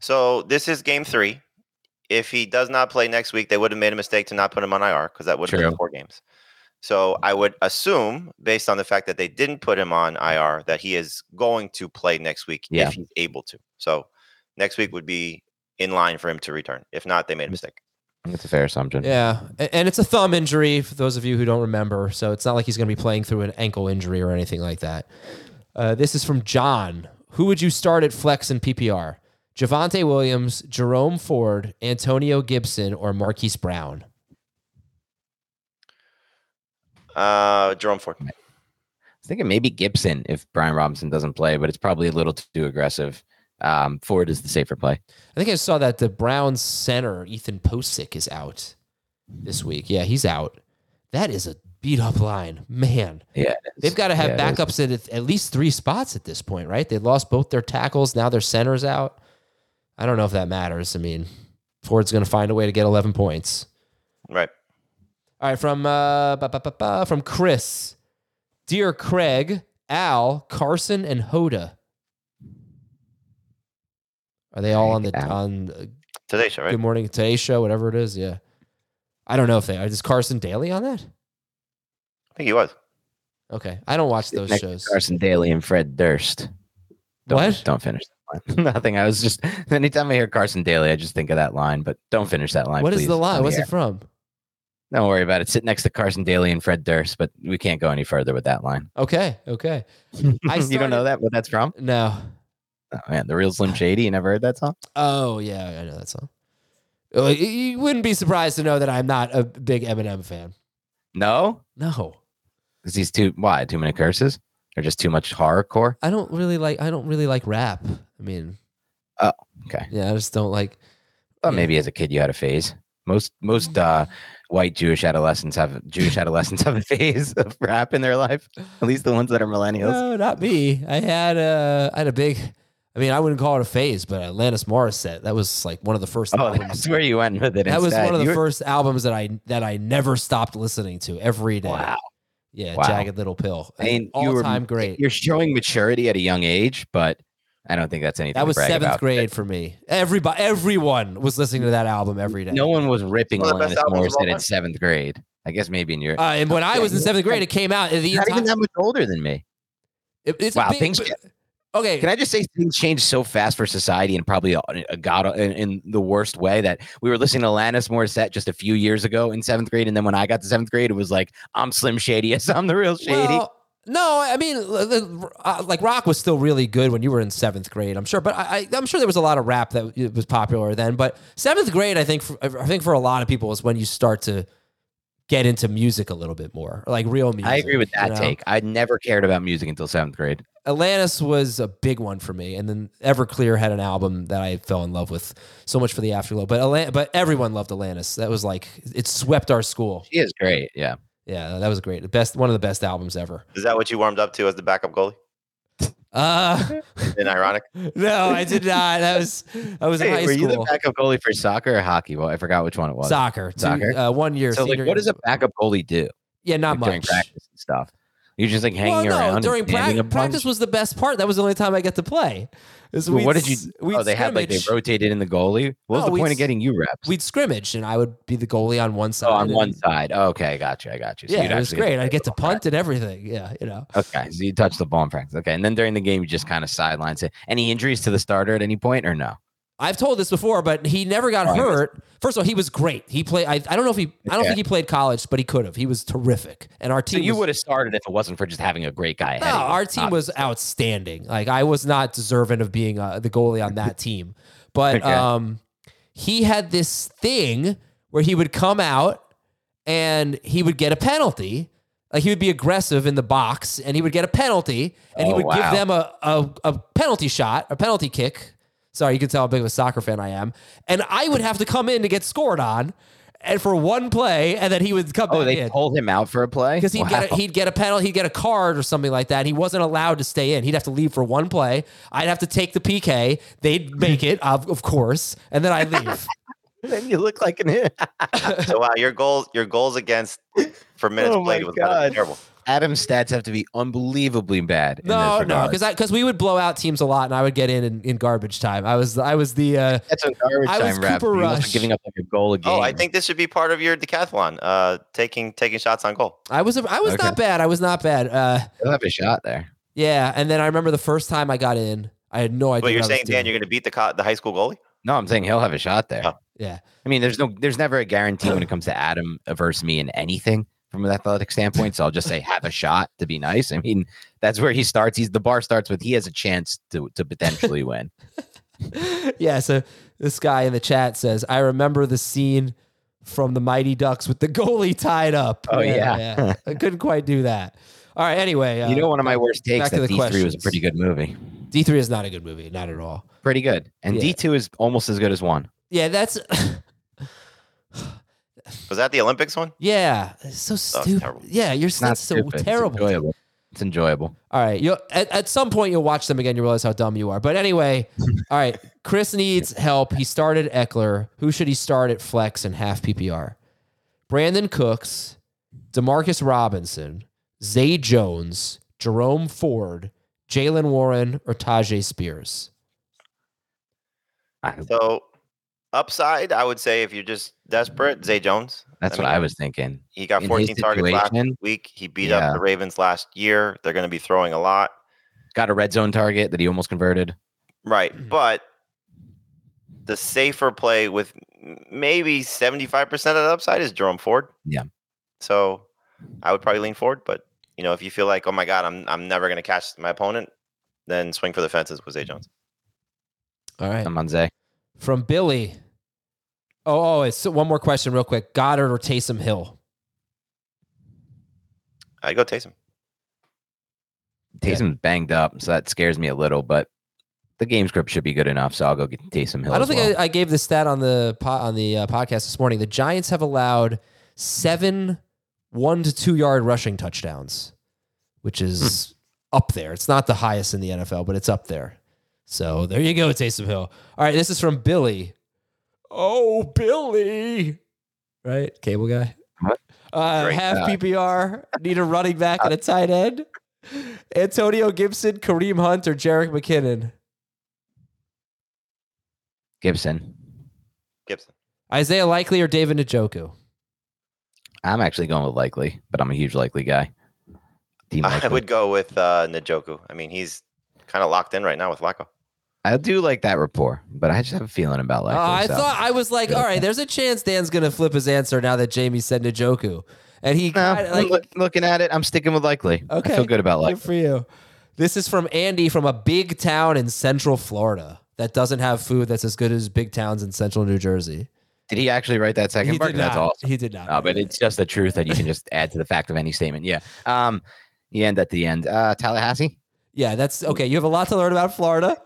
Speaker 5: So this is game three. If he does not play next week, they would have made a mistake to not put him on IR because that would have
Speaker 4: True.
Speaker 5: been four games. So I would assume, based on the fact that they didn't put him on IR, that he is going to play next week
Speaker 4: Yeah.
Speaker 5: if he's able to. So next week would be in line for him to return. If not, they made a mistake.
Speaker 4: I think That's a fair assumption.
Speaker 3: Yeah, A- and it's a thumb injury for those of you who don't remember. So it's not like he's going to be playing through an ankle injury or anything like that. Uh, this is from John. Who would you start at flex and PPR? Javante Williams, Jerome Ford, Antonio Gibson, or Marquise Brown?
Speaker 5: Uh, Jerome Ford.
Speaker 4: I think it may be Gibson if Brian Robinson doesn't play, but it's probably a little too aggressive. Um, Ford is the safer play.
Speaker 3: I think I saw that the Browns center Ethan Posick is out this week. Yeah, he's out. That is a beat up line, man.
Speaker 4: Yeah, it is.
Speaker 3: They've got to have
Speaker 4: Yeah, it is.
Speaker 3: backups at at least three spots at this point, right? They lost both their tackles. Now their center's out. I don't know if that matters. I mean, Ford's going to find a way to get 11 points.
Speaker 5: Right.
Speaker 3: All right, from uh, ba, ba, ba, ba, from Chris, dear Craig, Al, Carson, and Hoda. Are they all on
Speaker 4: Craig,
Speaker 3: the
Speaker 4: Al.
Speaker 3: on uh,
Speaker 5: Today's show, right?
Speaker 3: Good Morning Today show, whatever it is? Yeah, I don't know if they are. Is Carson Daly on that?
Speaker 5: I think he was.
Speaker 3: Okay, I don't watch those
Speaker 4: Next to
Speaker 3: shows.
Speaker 4: Carson Daly and Fred Durst. Don't,
Speaker 3: What?
Speaker 4: Don't finish that line. Nothing. I was just anytime I hear Carson Daly, I just think of that line. But don't finish that line.
Speaker 3: What is
Speaker 4: please,
Speaker 3: the
Speaker 4: on
Speaker 3: line? What's
Speaker 4: air.
Speaker 3: it from?
Speaker 4: Don't worry about it. Sit next to Carson Daly and Fred Durst, but we can't go any further with that line.
Speaker 3: Okay, okay. I
Speaker 4: you don't
Speaker 3: started-
Speaker 4: know that what that's from?
Speaker 3: No.
Speaker 4: Oh, man, the real Slim Shady. You never heard that song?
Speaker 3: Oh yeah, I know that song. Uh, You you wouldn't be surprised to know that I'm not a big Eminem fan.
Speaker 4: No,
Speaker 3: No,
Speaker 4: is these too why too many curses or just too much horrorcore?
Speaker 3: I don't really like. I don't really like rap. I mean,
Speaker 4: Oh, okay.
Speaker 3: yeah, I just don't like.
Speaker 4: Well,
Speaker 3: Yeah.
Speaker 4: maybe as a kid you had a phase. Most most uh, white Jewish adolescents have Jewish adolescents have a phase of rap in their life. At least the ones that are millennials.
Speaker 3: No, not me. I had a, I had a big. I mean, I wouldn't call it a phase, but Atlantis Morissette. That was like one of the first.
Speaker 4: Oh,
Speaker 3: albums.
Speaker 4: that's where you went with it.
Speaker 3: that was
Speaker 4: instead.
Speaker 3: one of the
Speaker 4: You were-
Speaker 3: first albums that I that I never stopped listening to every day.
Speaker 4: Wow.
Speaker 3: Yeah,
Speaker 4: Wow.
Speaker 3: Jagged Little Pill.
Speaker 4: I mean, you
Speaker 3: all
Speaker 4: were-
Speaker 3: time great.
Speaker 4: You're showing maturity at a young age, but I don't think that's anything.
Speaker 3: That
Speaker 4: to
Speaker 3: was
Speaker 4: brag
Speaker 3: seventh
Speaker 4: about.
Speaker 3: grade for me. Everybody, everyone was listening to that album every day.
Speaker 4: No one was ripping
Speaker 5: One of the
Speaker 4: Alanis
Speaker 5: best albums of all
Speaker 4: Morissette
Speaker 5: time.
Speaker 4: in seventh grade. I guess maybe in your.
Speaker 3: Uh, and when I was in
Speaker 4: Yeah.
Speaker 3: seventh grade, it came out. and The
Speaker 4: not
Speaker 3: entire,
Speaker 4: even that much older than me.
Speaker 3: it- it's a
Speaker 4: Wow,
Speaker 3: big-
Speaker 4: things-
Speaker 3: but- okay,
Speaker 4: Can I just say things change so fast for society and probably a, a god in, in the worst way that we were listening to Alanis Morissette just a few years ago in seventh grade, and then when I got to seventh grade, it was like I'm Slim Shady, yes, I'm the real Shady.
Speaker 3: Well, no, I mean, l- l- uh, like rock was still really good when you were in seventh grade, I'm sure. But I, I, I'm sure there was a lot of rap that w- was popular then. But seventh grade, I think, for, I think for a lot of people is when you start to get into music a little bit more, like real music.
Speaker 4: I agree with
Speaker 3: you
Speaker 4: that
Speaker 3: know?
Speaker 4: take. I never cared about music until seventh grade.
Speaker 3: Atlantis was a big one for me, and then Everclear had an album that I fell in love with. So much for the afterglow, but Atlan- but everyone loved Atlantis. That was like it swept our school.
Speaker 4: She is great. Yeah.
Speaker 3: Yeah, that was great. The best, one of the best albums ever.
Speaker 5: Is that what you warmed up to as the backup goalie?
Speaker 3: Uh,
Speaker 5: Isn't it ironic?
Speaker 3: no, I did not. That was I was in
Speaker 4: Hey,
Speaker 3: high
Speaker 4: were you the
Speaker 3: school
Speaker 4: backup goalie for soccer or hockey? Well, I forgot which one it was.
Speaker 3: soccer. Two-
Speaker 4: Soccer?
Speaker 3: uh, one year.
Speaker 4: So, like,
Speaker 3: senior
Speaker 4: what
Speaker 3: year.
Speaker 4: does a backup goalie do?
Speaker 3: Yeah, not
Speaker 4: like, during
Speaker 3: much.
Speaker 4: practice and stuff. You're just like hanging
Speaker 3: well, no,
Speaker 4: around. and
Speaker 3: during
Speaker 4: standing a
Speaker 3: prac-
Speaker 4: bunch?
Speaker 3: practice was the best part. That was the only time I get to play. Is
Speaker 4: Well,
Speaker 3: we'd
Speaker 4: what did you?
Speaker 3: s- we'd
Speaker 4: Oh, they had like they
Speaker 3: scrimmage-
Speaker 4: rotated in the goalie. What was
Speaker 3: No,
Speaker 4: the point
Speaker 3: we'd
Speaker 4: of getting you reps?
Speaker 3: we'd scrimmage, and I would be the goalie on one side.
Speaker 4: oh, on
Speaker 3: and-
Speaker 4: one side. Oh, okay, I got you. I got you. So
Speaker 3: yeah,
Speaker 4: you'd
Speaker 3: it was
Speaker 4: actually
Speaker 3: great. I get
Speaker 4: play
Speaker 3: to
Speaker 4: ball
Speaker 3: punt and everything. Yeah, you know.
Speaker 4: practice. Okay, so you touch the ball in practice. Okay, and then during the game, you just kind of sidelines it. Any injuries to the starter at any point or no?
Speaker 3: I've told this before, but he never got
Speaker 4: Oh, I missed-
Speaker 3: hurt. First of all, he was great. He played. I, I don't know if he. I don't
Speaker 4: Okay.
Speaker 3: think he played college, but he could have. He was terrific, and our
Speaker 4: So
Speaker 3: team.
Speaker 4: you
Speaker 3: was-
Speaker 4: would have started if it wasn't for just having a great guy.
Speaker 3: No,
Speaker 4: ahead of you,
Speaker 3: our team was
Speaker 4: obviously.
Speaker 3: outstanding. Like I was not deserving of being uh, the goalie on that team, but
Speaker 4: Okay.
Speaker 3: um, he had this thing where he would come out and he would get a penalty. Like he would be aggressive in the box and he would get a penalty and he
Speaker 4: Oh,
Speaker 3: would give
Speaker 4: wow.
Speaker 3: them a, a a penalty shot, a penalty kick. Sorry, you can tell how big of a soccer fan I am. And I would have to come in to get scored on, and for one play, and then he would come.
Speaker 4: Oh,
Speaker 3: back
Speaker 4: they
Speaker 3: in
Speaker 4: pulled him out for a play
Speaker 3: because he'd get a,
Speaker 4: Wow.
Speaker 3: he'd get a penalty, he'd get a card or something like that. He wasn't allowed to stay in. He'd have to leave for one play. I'd have to take the PK. They'd make it, of, of course, and then I leave.
Speaker 4: then you look like an idiot.
Speaker 5: So wow, your goals, your goals against for minutes
Speaker 4: Oh my
Speaker 5: played was gotta
Speaker 4: God.
Speaker 5: be terrible.
Speaker 4: Adam's stats have to be unbelievably bad. in
Speaker 3: No,
Speaker 4: this
Speaker 3: no,
Speaker 4: regard.
Speaker 3: because because we would blow out teams a lot, and I would get in in, in garbage time. I was I was the uh,
Speaker 4: that's on garbage
Speaker 3: I was
Speaker 4: time rap.
Speaker 3: Cooper
Speaker 4: You must be
Speaker 3: Rush.
Speaker 4: giving up like a goal a game.
Speaker 5: Oh, I think this should be part of your decathlon. Uh, taking taking shots on goal.
Speaker 3: I was a, I was
Speaker 4: Okay.
Speaker 3: not bad. I was not bad. Uh,
Speaker 4: he'll have a shot there.
Speaker 3: yeah, and then I remember the first time I got in, I had no idea.
Speaker 5: But you're
Speaker 3: what I was
Speaker 5: saying, Dan,
Speaker 3: doing.
Speaker 5: you're gonna beat the co- the high school goalie?
Speaker 4: No, I'm saying he'll have a shot there.
Speaker 5: Oh.
Speaker 3: yeah,
Speaker 4: I mean, there's no, there's never a guarantee when it comes to Adam versus me in anything from an athletic standpoint. So I'll just say have a shot to be nice. I mean, that's where he starts. He's the bar starts with he has a chance to to potentially win.
Speaker 3: yeah. So this guy in the chat says, I remember the scene from the Mighty Ducks with the goalie tied up.
Speaker 4: Oh, yeah.
Speaker 3: I couldn't quite do that. All right. Anyway, uh,
Speaker 4: you know, one of my worst takes
Speaker 3: back to
Speaker 4: that
Speaker 3: the
Speaker 4: D3 was a
Speaker 3: questions.
Speaker 4: pretty good movie.
Speaker 3: D three is not a good movie, not at all.
Speaker 4: Pretty good, and
Speaker 3: Yeah.
Speaker 4: D2 is almost as good as one.
Speaker 3: Yeah, that's
Speaker 5: Was that the Olympics one?
Speaker 3: yeah, it's so stupid.
Speaker 5: terrible.
Speaker 3: Yeah, you're
Speaker 4: It's not
Speaker 3: that's so
Speaker 4: stupid.
Speaker 3: terrible.
Speaker 4: It's enjoyable. It's enjoyable.
Speaker 3: All right. You'll, at, at some point, you'll watch them again. You realize how dumb you are. But anyway, all right. Chris needs help. He started Eckler. Who should he start at flex and half PPR? Brandon Cooks, Demarcus Robinson, Zay Jones, Jerome Ford, Jalen Warren, or Tajay Spears.
Speaker 4: I-
Speaker 5: So upside, I would say if you're just desperate, Zay Jones.
Speaker 4: that's what
Speaker 5: mean,
Speaker 4: I was thinking.
Speaker 5: He got
Speaker 4: in his
Speaker 5: 14 targets last
Speaker 4: situation,
Speaker 5: week. He beat
Speaker 4: yeah.
Speaker 5: up the Ravens last year. They're going to be throwing a lot,
Speaker 4: Got a red zone target that he almost converted.
Speaker 5: right? But the safer play with m- maybe 75 percent of the upside is Jerome Ford.
Speaker 4: Yeah.
Speaker 5: So I would probably lean forward, but you know, if you feel like, oh my God, I'm I'm never going to catch my opponent, then swing for the fences with Zay Jones.
Speaker 3: All right.
Speaker 4: I'm on Zay.
Speaker 3: From Billy. Oh, oh, it's one more question, real quick. Goddard or Taysom Hill?
Speaker 5: I'd go Taysom.
Speaker 3: Yeah.
Speaker 4: Taysom's banged up, so that scares me a little, but the game script should be good enough, so I'll go get Taysom Hill.
Speaker 3: I don't
Speaker 4: as
Speaker 3: think
Speaker 4: well.
Speaker 3: I, I gave the stat on the po- on the uh, podcast this morning. The Giants have allowed seven one to two yard rushing touchdowns, which is
Speaker 4: Hmm.
Speaker 3: up there. It's not the highest in the NFL, but it's up there. So there you go, Taysom Hill. All right, this is from Billy. Oh, Billy, right? Cable guy.
Speaker 4: What?
Speaker 3: Uh,
Speaker 5: Great
Speaker 3: half
Speaker 4: guy.
Speaker 3: PPR. Need a running back and a tight end. Antonio Gibson, Kareem Hunt, or Jarek McKinnon.
Speaker 4: Gibson.
Speaker 5: Gibson.
Speaker 3: Isaiah Likely or David Njoku.
Speaker 4: I'm actually going with likely, but I'm a huge likely guy. D
Speaker 5: I
Speaker 4: Likely.
Speaker 5: would go with uh, Njoku. I mean, he's kind of locked in right now with Flacco.
Speaker 4: I do like that rapport, but I just have a feeling about likely.
Speaker 3: Oh, I
Speaker 4: so.
Speaker 3: thought I was like, all right, there's a chance Dan's gonna flip his answer now that Jamie said Njoku, and he
Speaker 4: No,
Speaker 3: kinda,
Speaker 4: I'm
Speaker 3: like,
Speaker 4: loo- looking at it, I'm sticking with likely.
Speaker 3: okay,
Speaker 4: I feel good about
Speaker 3: Good
Speaker 4: likely.
Speaker 3: for you. This is from Andy from a big town in Central Florida that doesn't have food that's as good as big towns in Central New Jersey.
Speaker 4: Did he actually write that second
Speaker 3: he
Speaker 4: part?
Speaker 3: did
Speaker 4: That's
Speaker 3: not.
Speaker 4: awesome.
Speaker 3: He did not.
Speaker 4: No, but it's just the truth that you can just add to the fact of any statement. Yeah. Um, you end at the end. Uh, Tallahassee.
Speaker 3: yeah, that's okay. You have a lot to learn about Florida.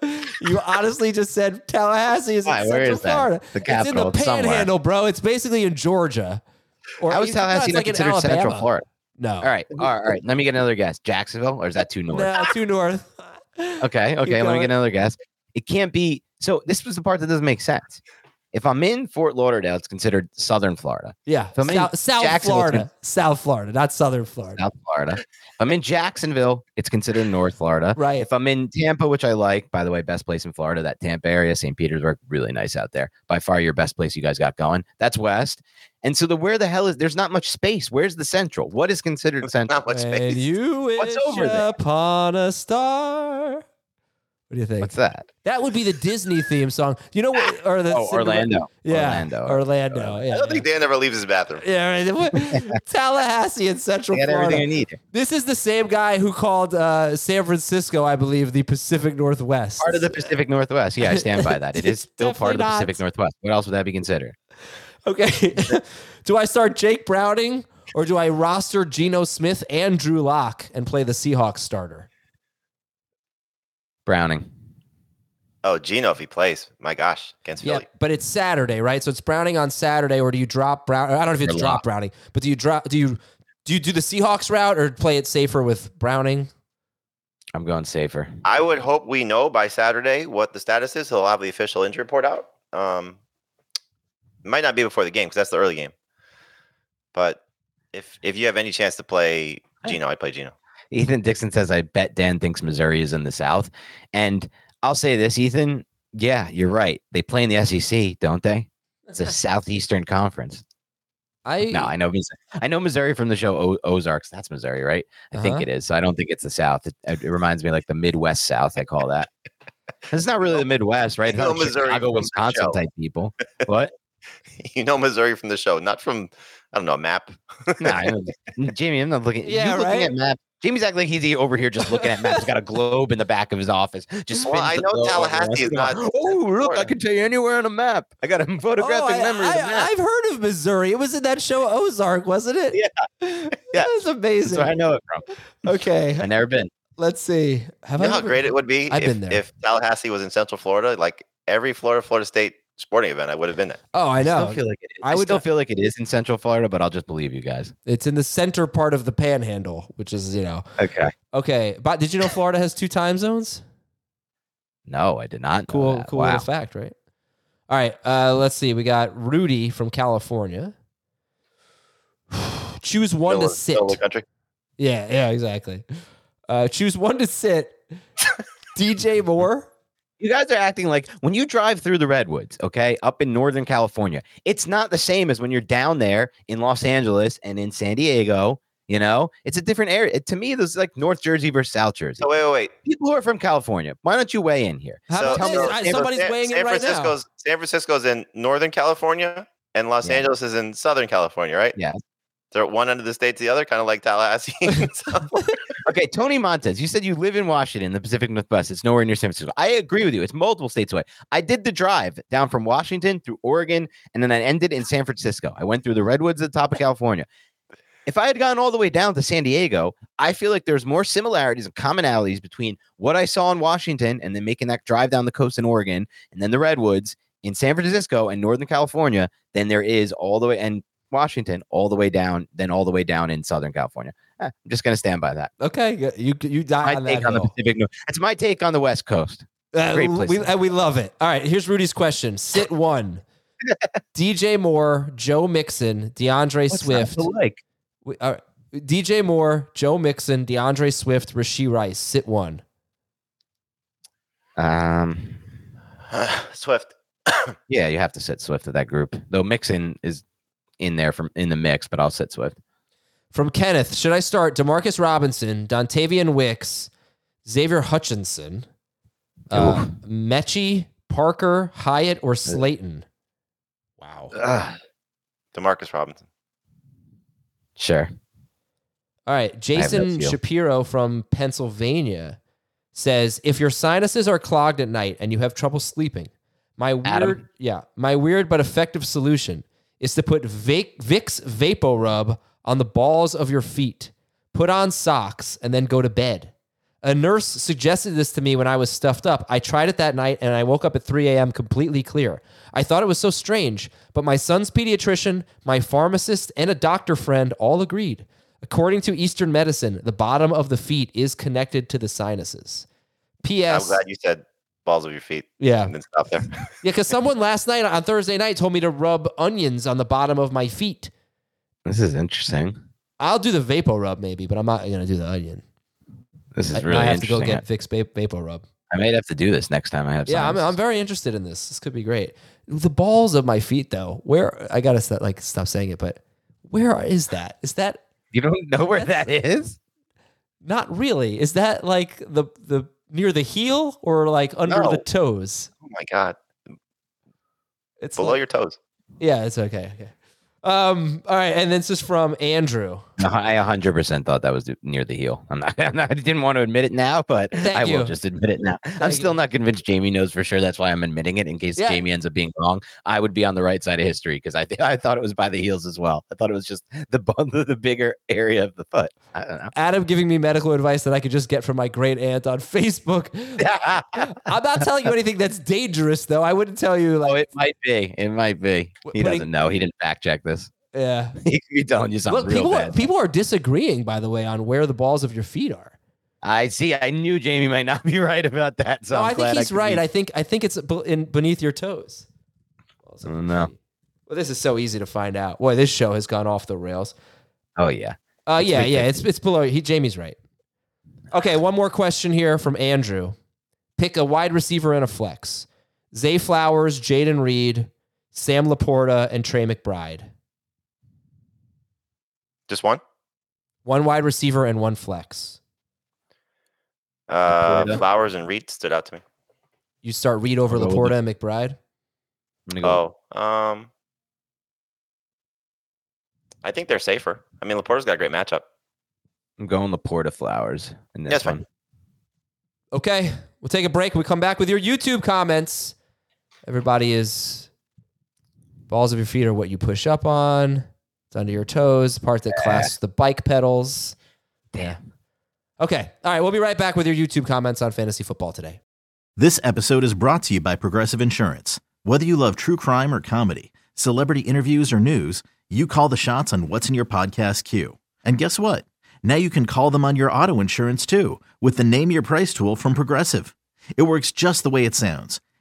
Speaker 3: You honestly just said Tallahassee is in
Speaker 4: Why,
Speaker 3: Central
Speaker 4: where is that?
Speaker 3: Florida. it's
Speaker 4: The
Speaker 3: in the
Speaker 4: capital, it's somewhere.
Speaker 3: Panhandle, bro. It's basically in Georgia. Or
Speaker 4: I was
Speaker 3: no, it's
Speaker 4: Tallahassee not
Speaker 3: like in
Speaker 4: considered Central
Speaker 3: Alabama.
Speaker 4: Florida.
Speaker 3: No.
Speaker 4: All right, all right, all right. Let me get another guess. Jacksonville, or is that too north?
Speaker 3: No, too north.
Speaker 4: Okay, okay. Let me
Speaker 3: going.
Speaker 4: get another guess. It can't be. So this was the part that doesn't make sense. If I'm in Fort Lauderdale, it's considered Southern Florida,
Speaker 3: Yeah,
Speaker 4: So I'm in
Speaker 3: South, South
Speaker 4: Jacksonville,
Speaker 3: Florida,
Speaker 4: Tennessee.
Speaker 3: South Florida, not Southern Florida.
Speaker 4: South Florida. If I'm in Jacksonville, it's considered North Florida.
Speaker 3: Right.
Speaker 4: If I'm in Tampa, which I like, by the way, best place in Florida, that Tampa area, St. Petersburg, really nice out there. By far your best place you guys got going. That's West. And so the where the hell is there's not much space. Where's the central? What is considered central?
Speaker 5: Not much
Speaker 3: When
Speaker 5: space.
Speaker 3: you wish
Speaker 4: What's over there?
Speaker 3: upon a star. What do you think?
Speaker 4: What's that?
Speaker 3: that would be the Disney theme song. You know what? Or the
Speaker 4: Oh,
Speaker 3: Cinderella-
Speaker 4: Orlando.
Speaker 3: Yeah,
Speaker 4: Orlando.
Speaker 3: Orlando.
Speaker 5: I
Speaker 3: Yeah.
Speaker 5: don't think Dan ever leaves his bathroom.
Speaker 3: yeah, yeah right. Tallahassee in Central
Speaker 4: They got
Speaker 3: Florida.
Speaker 4: everything I need.
Speaker 3: This is the same guy who called uh, San Francisco, I believe, the Pacific Northwest.
Speaker 4: part of the Pacific Northwest. Yeah, I stand by that. It is
Speaker 3: It's
Speaker 4: still part of
Speaker 3: definitely
Speaker 4: the
Speaker 3: not.
Speaker 4: Pacific Northwest. What else would that be considered?
Speaker 3: Okay. do I start Jake Browning or do I roster Geno Smith and Drew Lock and play the Seahawks starter?
Speaker 4: Browning.
Speaker 5: Oh, Gino, if he plays, my gosh, against
Speaker 3: Yeah,
Speaker 5: Philly.
Speaker 3: but it's Saturday, right? So it's Browning on Saturday, or do you drop Brown? I don't know if it's
Speaker 4: Or
Speaker 3: drop
Speaker 4: Lock.
Speaker 3: Browning, but do you drop? Do you do you do the Seahawks route or play it safer with Browning?
Speaker 4: I'm going safer.
Speaker 5: I would hope we know by Saturday what the status is. He'll have the official injury report out. Um, It might not be before the game because that's the early game. But if if you have any chance to play Gino, I play Gino.
Speaker 4: Ethan Dixon says, I bet Dan thinks Missouri is in the South. And I'll say this, Ethan. Yeah, you're right. They play in the SEC, don't they? It's a Southeastern Conference.
Speaker 3: I
Speaker 4: No, I know. Mis- I know Missouri from the show o- Ozarks. That's Missouri, right? I think
Speaker 3: Uh-huh.
Speaker 4: it is. So I don't think it's the South. It, it reminds me like the Midwest South. I call that. It's not really the Midwest, right? It's
Speaker 5: You
Speaker 4: not
Speaker 5: know
Speaker 4: like
Speaker 5: Missouri
Speaker 4: Chicago,
Speaker 5: from the
Speaker 4: Wisconsin
Speaker 5: show.
Speaker 4: type people. What?
Speaker 5: You know Missouri from the show, not from I don't know a map.
Speaker 4: No, I don't- Jamie, I'm not looking.
Speaker 3: Yeah,
Speaker 4: you looking
Speaker 3: right?
Speaker 4: at maps. Jamie's acting like he's he- over here just looking at maps. He's got a globe in the back of his office. Just
Speaker 5: Well,
Speaker 4: spins
Speaker 5: I
Speaker 4: the
Speaker 5: know
Speaker 4: globe around.
Speaker 5: Tallahassee is not-
Speaker 4: Oh, look! I
Speaker 5: Florida.
Speaker 4: can tell you anywhere on a map. I got a photographic
Speaker 3: Oh, I,
Speaker 4: memory of the map.
Speaker 3: have heard of Missouri. It was in that show Ozark, wasn't it?
Speaker 5: Yeah. Yeah.
Speaker 3: That was
Speaker 4: That's
Speaker 3: amazing.
Speaker 4: where I know it from.
Speaker 3: Okay.
Speaker 4: I've never been.
Speaker 3: Let's see. Have
Speaker 5: You know
Speaker 3: I
Speaker 5: how
Speaker 3: ever-
Speaker 5: great it would be
Speaker 3: I've
Speaker 5: if,
Speaker 3: been there.
Speaker 5: if Tallahassee was in Central Florida. Like every Florida Florida State sporting event, I would have been there.
Speaker 3: Oh, I
Speaker 4: I
Speaker 3: know.
Speaker 4: still feel like it is.
Speaker 3: I
Speaker 4: I,
Speaker 3: would
Speaker 4: still
Speaker 3: not-
Speaker 4: feel like it is in Central Florida, but I'll just believe you guys.
Speaker 3: it's in the center part of the panhandle, which is, you know.
Speaker 4: Okay.
Speaker 3: Okay. But did you know Florida has two time zones? Uh,
Speaker 4: No, I did not. know
Speaker 3: Cool,
Speaker 4: that.
Speaker 3: cool
Speaker 4: Wow.
Speaker 3: little fact, right? All right. Uh, let's see. We got Rudy from California. Choose one
Speaker 5: Middle
Speaker 3: to
Speaker 5: of-
Speaker 3: sit.
Speaker 5: middle of the country.
Speaker 3: Yeah, yeah, exactly. Uh, choose one to sit. DJ Moore.
Speaker 4: You guys are acting like when you drive through the redwoods, okay, up in Northern California, it's not the same as when you're down there in Los Angeles and in San Diego. You know, it's a different area. It- to me, there's like North Jersey versus South Jersey.
Speaker 5: So wait, wait, wait.
Speaker 4: People who are from California, why don't you weigh in here?
Speaker 3: How
Speaker 5: so,
Speaker 3: about
Speaker 4: tell me
Speaker 3: this?
Speaker 4: about
Speaker 3: I-
Speaker 4: San
Speaker 3: somebody's
Speaker 5: San,
Speaker 3: weighing
Speaker 5: San
Speaker 3: in right now.
Speaker 5: Francisco's San Francisco's in Northern California, and Los
Speaker 4: Yeah.
Speaker 5: Angeles is in Southern California, right?
Speaker 4: Yeah.
Speaker 5: They're at one end of the state to the other, kind of like Tallahassee. So-
Speaker 4: Okay, Tony Montez, you said you live in Washington, the Pacific Northwest. It's nowhere near San Francisco. I agree with you. It's multiple states away. I did the drive down from Washington through Oregon, and then I ended in San Francisco. I went through the redwoods at the top of California. If I had gone all the way down to San Diego, I feel like there's more similarities and commonalities between what I saw in Washington and then making that drive down the coast in Oregon and then the redwoods in San Francisco and Northern California than there is all the way and Washington all the way down, then all the way down in Southern California. Eh, I'm just gonna stand by that
Speaker 3: Okay, y- you you die
Speaker 4: my
Speaker 3: on that
Speaker 4: take on the
Speaker 3: hill.
Speaker 4: Pacific North. That's my take on the West Coast.
Speaker 3: Uh,
Speaker 4: great
Speaker 3: we,
Speaker 4: places.
Speaker 3: and we love it. All right, here's Rudy's question. Sit one. DJ Moore, Joe Mixon, DeAndre Swift.
Speaker 4: like?
Speaker 3: We- all right. DJ Moore, Joe Mixon, DeAndre Swift, Rasheed Rice. Sit one.
Speaker 4: Um,
Speaker 5: Swift.
Speaker 4: yeah, you have to sit Swift at that group. Though Mixon is in there from in the mix, but I'll sit Swift.
Speaker 3: From Kenneth, should I start Demarcus Robinson, Dontavian Wicks, Xavier Hutchinson, uh, Mechie, Parker, Hyatt, or Slayton? Wow. All
Speaker 5: Ugh. Demarcus Robinson.
Speaker 4: Sure.
Speaker 3: right. Jason
Speaker 4: feel.
Speaker 3: Shapiro from Pennsylvania says if your sinuses are clogged at night and you have trouble sleeping, my weird,
Speaker 4: Adam?
Speaker 3: yeah, my weird but effective solution is to put Vic, Vicks Vapo Rub on the balls of your feet, put on socks, and then go to bed. A nurse suggested this to me when I was stuffed up. I tried it that night and I woke up at 3 a.m. completely clear. I thought it was so strange, but my son's pediatrician, my pharmacist, and a doctor friend all agreed. According to Eastern medicine, the bottom of the feet is connected to the sinuses.
Speaker 5: I'm
Speaker 3: P.S.
Speaker 5: glad you said balls of your feet.
Speaker 3: Yeah.
Speaker 5: And then stop there.
Speaker 3: Yeah, because someone last night on Thursday night told me to rub onions on the bottom of my feet.
Speaker 4: This is interesting.
Speaker 3: I'll do the Vapo Rub maybe, but I'm not going to do the onion.
Speaker 4: This is
Speaker 3: I,
Speaker 4: really
Speaker 3: I have to
Speaker 4: interesting.
Speaker 3: go get Vicks Va- Vapo Rub.
Speaker 4: I might have to do this next time I have.
Speaker 3: Yeah, I'm,
Speaker 4: sinus.
Speaker 3: I'm very interested in this. This could be great. The balls of my feet, though, where I gotta st- like stop saying it, but where is that? Is that
Speaker 4: You don't know where that is?
Speaker 3: not really? Is that like the the near the heel or like under
Speaker 5: No.
Speaker 3: the toes?
Speaker 5: Oh my God.
Speaker 3: It's
Speaker 5: Below
Speaker 3: like-
Speaker 5: your toes.
Speaker 3: yeah, it's okay. Okay. Um. All right, and this is from Andrew.
Speaker 4: No, I 100 percent thought that was the- near the heel. I'm not, I'm not. I didn't want to admit it now, but
Speaker 3: Thank
Speaker 4: I
Speaker 3: you.
Speaker 4: will just admit it now. I'm
Speaker 3: Thank
Speaker 4: still
Speaker 3: you.
Speaker 4: not convinced Jamie knows for sure. That's why I'm admitting it in case
Speaker 3: Yeah.
Speaker 4: Jamie ends up being wrong. I would be on the right side of history because I th- I thought it was by the heels as well. I thought it was just the bun- the bigger area of the foot. I don't know.
Speaker 3: Adam giving me medical advice that I could just get from my great aunt on Facebook. I'm not telling you anything that's dangerous, though. I wouldn't tell you
Speaker 4: Oh,
Speaker 3: like,
Speaker 4: it might be. It might be. He
Speaker 3: putting-
Speaker 4: doesn't know. He didn't fact check this.
Speaker 3: yeah.
Speaker 4: He could be telling you something
Speaker 3: Look,
Speaker 4: real
Speaker 3: people are,
Speaker 4: bad.
Speaker 3: people are disagreeing, by the way, on where the balls of your feet are.
Speaker 4: I see. I knew Jamie might not be right about that. So
Speaker 3: no,
Speaker 4: I'm
Speaker 3: Oh, I think
Speaker 4: glad
Speaker 3: he's
Speaker 4: could
Speaker 3: right.
Speaker 4: be-
Speaker 3: I think I think it's be- in beneath your toes. Balls of
Speaker 4: I
Speaker 3: your
Speaker 4: don't know.
Speaker 3: feet. Well, this is so easy to find out. Boy, this show has gone off the rails.
Speaker 4: Oh yeah.
Speaker 3: Uh,
Speaker 4: It's
Speaker 3: yeah,
Speaker 4: week
Speaker 3: yeah, it's it's below. He Jamie's right. Okay, one more question here from Andrew. Pick a wide receiver and a flex: Zay Flowers, Jaden Reed, Sam Laporta, and Trey McBride.
Speaker 5: Just one?
Speaker 3: One wide receiver and one flex.
Speaker 5: Uh,
Speaker 4: Florida.
Speaker 5: Flowers and Reed stood out to me.
Speaker 3: You start Reed over
Speaker 4: I'll go with
Speaker 3: Laporta and McBride.
Speaker 4: I'm gonna go.
Speaker 5: Oh, um, I think they're safer. I mean, Laporta's got a great matchup.
Speaker 4: I'm going Laporta Flowers. And
Speaker 5: That's
Speaker 4: that's
Speaker 5: fine.
Speaker 4: one.
Speaker 3: Okay, we'll take a break. We come back with your YouTube comments. Everybody is balls of your feet are what you push up on. It's under your toes, the part that clasps the bike pedals. Damn. Okay. All right. We'll be right back with your YouTube comments on fantasy football today.
Speaker 7: This episode is brought to you by Progressive Insurance. Whether you love true crime or comedy, celebrity interviews or news, you call the shots on what's in your podcast queue. And guess what? Now you can call them on your auto insurance too with the Name Your Price tool from Progressive. It works just the way it sounds.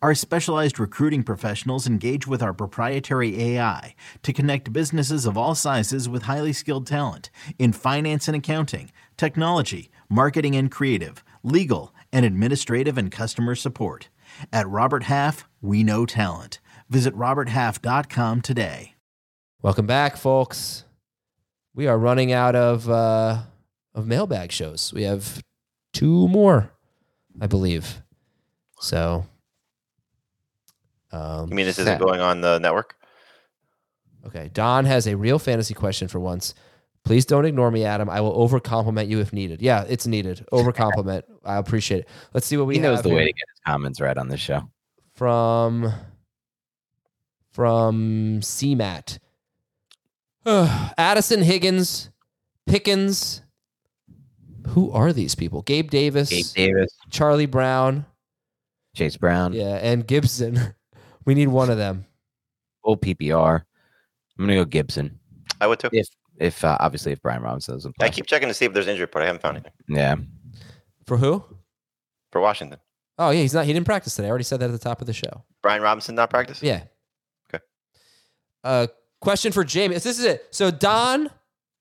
Speaker 7: Our specialized recruiting professionals engage with our proprietary AI to connect businesses of all sizes with highly skilled talent in finance and accounting, technology, marketing and creative, legal, and administrative and customer support. At Robert Half, we know talent. Visit roberthalf.com today.
Speaker 3: Welcome back, folks. We are running out of uh, of mailbag shows. We have two more, I believe. So, um,
Speaker 5: You mean this
Speaker 4: Sad.
Speaker 5: isn't going on the network?
Speaker 3: Okay. Don has a real fantasy question for once. Please don't ignore me, Adam. I will overcompliment you if needed. Yeah, it's needed. Overcompliment. I appreciate it. Let's see what we
Speaker 4: he knows
Speaker 3: have
Speaker 4: the way
Speaker 3: here
Speaker 4: to get his comments right on this show.
Speaker 3: from from CMAT. Addison Higgins, Pickens. Who are these people? Gabe Davis,
Speaker 4: Gabe Davis,
Speaker 3: Charlie Brown,
Speaker 4: Chase Brown,
Speaker 3: yeah, and Gibson. we need one of them.
Speaker 4: full PPR. I'm gonna go Gibson.
Speaker 5: I would too.
Speaker 4: If if uh, obviously if Brian Robinson doesn't play.
Speaker 5: I keep checking to see if there's injury report. I haven't found anything
Speaker 4: Yeah.
Speaker 3: For who?
Speaker 5: for Washington.
Speaker 3: Oh yeah, he's not. He didn't practice today. I already said that at the top of the show.
Speaker 5: Brian Robinson not practice?
Speaker 3: Yeah.
Speaker 5: Okay.
Speaker 3: Uh, question for Jamie. This is it. So Don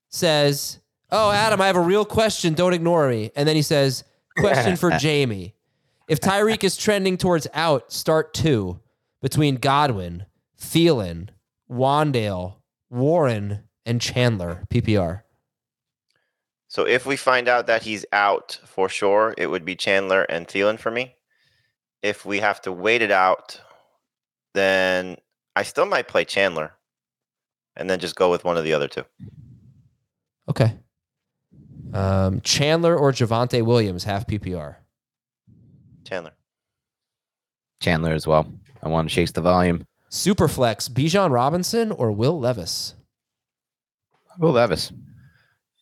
Speaker 3: says, "Oh, Adam, I have a real question. Don't ignore me." And then he says, "Question for Jamie: If Tyreek is trending towards out, start two between Godwin, Thielen, Wandale, Warren, and Chandler PPR."
Speaker 5: So if we find out that he's out for sure, it would be Chandler and Thielen for me. If we have to wait it out, then I still might play Chandler and then just go with one of the other two.
Speaker 3: Okay. Um, Chandler or Javante Williams half PPR.
Speaker 5: Chandler.
Speaker 4: Chandler as well. I want to chase the volume.
Speaker 3: Superflex, Bijan Robinson or Will Levis?
Speaker 4: Will Levis.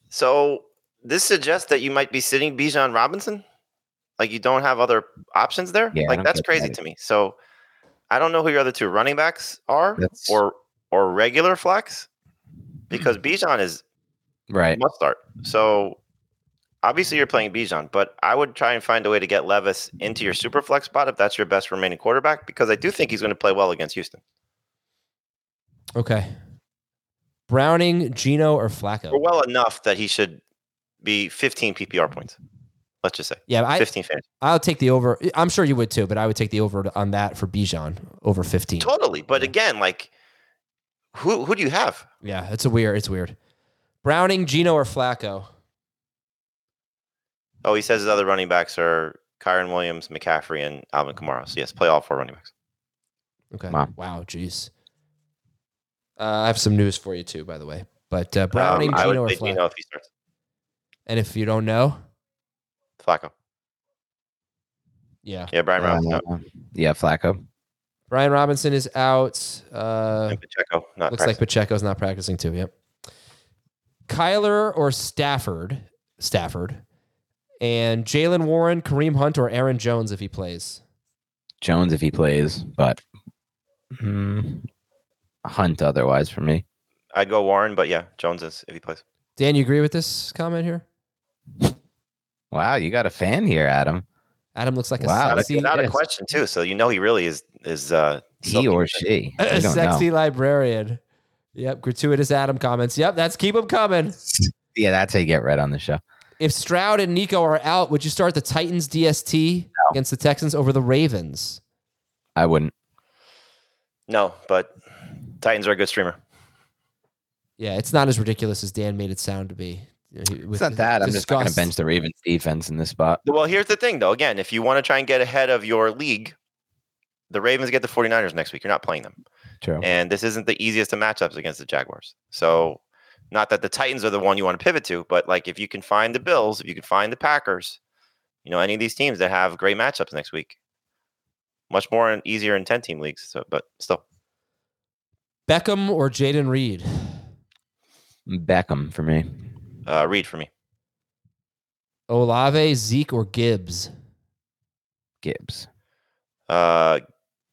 Speaker 5: So this suggests that you might be sitting Bijan Robinson. Like you don't have other options there.
Speaker 4: Yeah, I
Speaker 5: like
Speaker 4: don't
Speaker 5: that's
Speaker 4: get
Speaker 5: crazy
Speaker 4: that.
Speaker 5: to me. So I don't know who your other two running backs are
Speaker 4: That's- Hmm.
Speaker 5: or or regular flex because Bijan is
Speaker 4: Right.
Speaker 5: must start. So obviously you're playing Bijan, but I would try and find a way to get Levis into your super flex spot if that's your best remaining quarterback because I do think he's going to play well against Houston.
Speaker 3: Okay. Browning, Gino, or Flacco?
Speaker 5: Or well enough that he should be 15 PPR points. Let's just say
Speaker 3: yeah, I,
Speaker 5: 15 fantasy.
Speaker 3: I'll take the over. I'm sure you would too, but I would take the over on that for Bijan over 15.
Speaker 5: Totally. But again, like who who do you have?
Speaker 3: Yeah, it's a weird. It's weird. Browning, Gino, or Flacco?
Speaker 5: Oh, he says his other running backs are Kyron Williams, McCaffrey, and Alvin Kamara. So yes, play all four running backs.
Speaker 3: Okay.
Speaker 4: Wow.
Speaker 3: Wow. Jeez. Uh, I have some news for you too, by the way. But uh, Browning,
Speaker 5: Um, I
Speaker 3: Gino,
Speaker 5: would
Speaker 3: or
Speaker 5: play
Speaker 3: Flacco.
Speaker 5: Gino if he starts.
Speaker 3: And if you don't know,
Speaker 5: Flacco.
Speaker 3: yeah,
Speaker 5: Yeah, Brian Robinson. out.
Speaker 4: Uh, yeah, Flacco.
Speaker 3: Brian Robinson is out. Uh,
Speaker 5: And Pacheco. Not
Speaker 3: looks like Pacheco's not practicing too. Yep. Kyler or Stafford, Stafford, and Jalen Warren, Kareem Hunt, or Aaron Jones if he plays.
Speaker 4: Jones if he plays, but
Speaker 3: Hmm.
Speaker 4: mm, Hunt otherwise for me.
Speaker 5: I'd go Warren, but yeah, Jones is if he plays.
Speaker 3: Dan, you agree with this comment here?
Speaker 4: Wow, you got a fan here, Adam.
Speaker 3: Adam looks like a
Speaker 4: Wow, that's
Speaker 5: That's
Speaker 3: sexy,
Speaker 5: not a
Speaker 4: yes.
Speaker 5: question too, so you know he really is is uh
Speaker 4: He
Speaker 5: something
Speaker 4: or
Speaker 5: with it.
Speaker 4: she? I
Speaker 3: a
Speaker 4: don't
Speaker 3: sexy
Speaker 4: know.
Speaker 3: librarian. Yep, gratuitous Adam comments. Yep, that's keep them coming.
Speaker 4: Yeah, that's how you get read on the show.
Speaker 3: If Stroud and Nico are out, would you start the Titans DST against the Texans over the Ravens?
Speaker 4: I wouldn't.
Speaker 5: No, but Titans are a good streamer.
Speaker 3: Yeah, it's not as ridiculous as Dan made it sound to be. You know, he- with
Speaker 4: It's not that. I'm just not going to
Speaker 3: disgust.
Speaker 4: bench the Ravens defense in this spot.
Speaker 5: Well, here's the thing though. Again, if you want to try and get ahead of your league, the Ravens get the 49ers next week. You're not playing them.
Speaker 4: True.
Speaker 5: And this isn't the easiest of matchups against the Jaguars. So not that the Titans are the one you want to pivot to, but like if you can find the Bills, if you can find the Packers, you know, any of these teams that have great matchups next week. Much more and easier in 10 team leagues. So but still.
Speaker 3: Beckham or Jaden Reed?
Speaker 4: Beckham for me.
Speaker 5: Uh read for me.
Speaker 3: Olave, Zeke, or Gibbs?
Speaker 4: Gibbs.
Speaker 5: Uh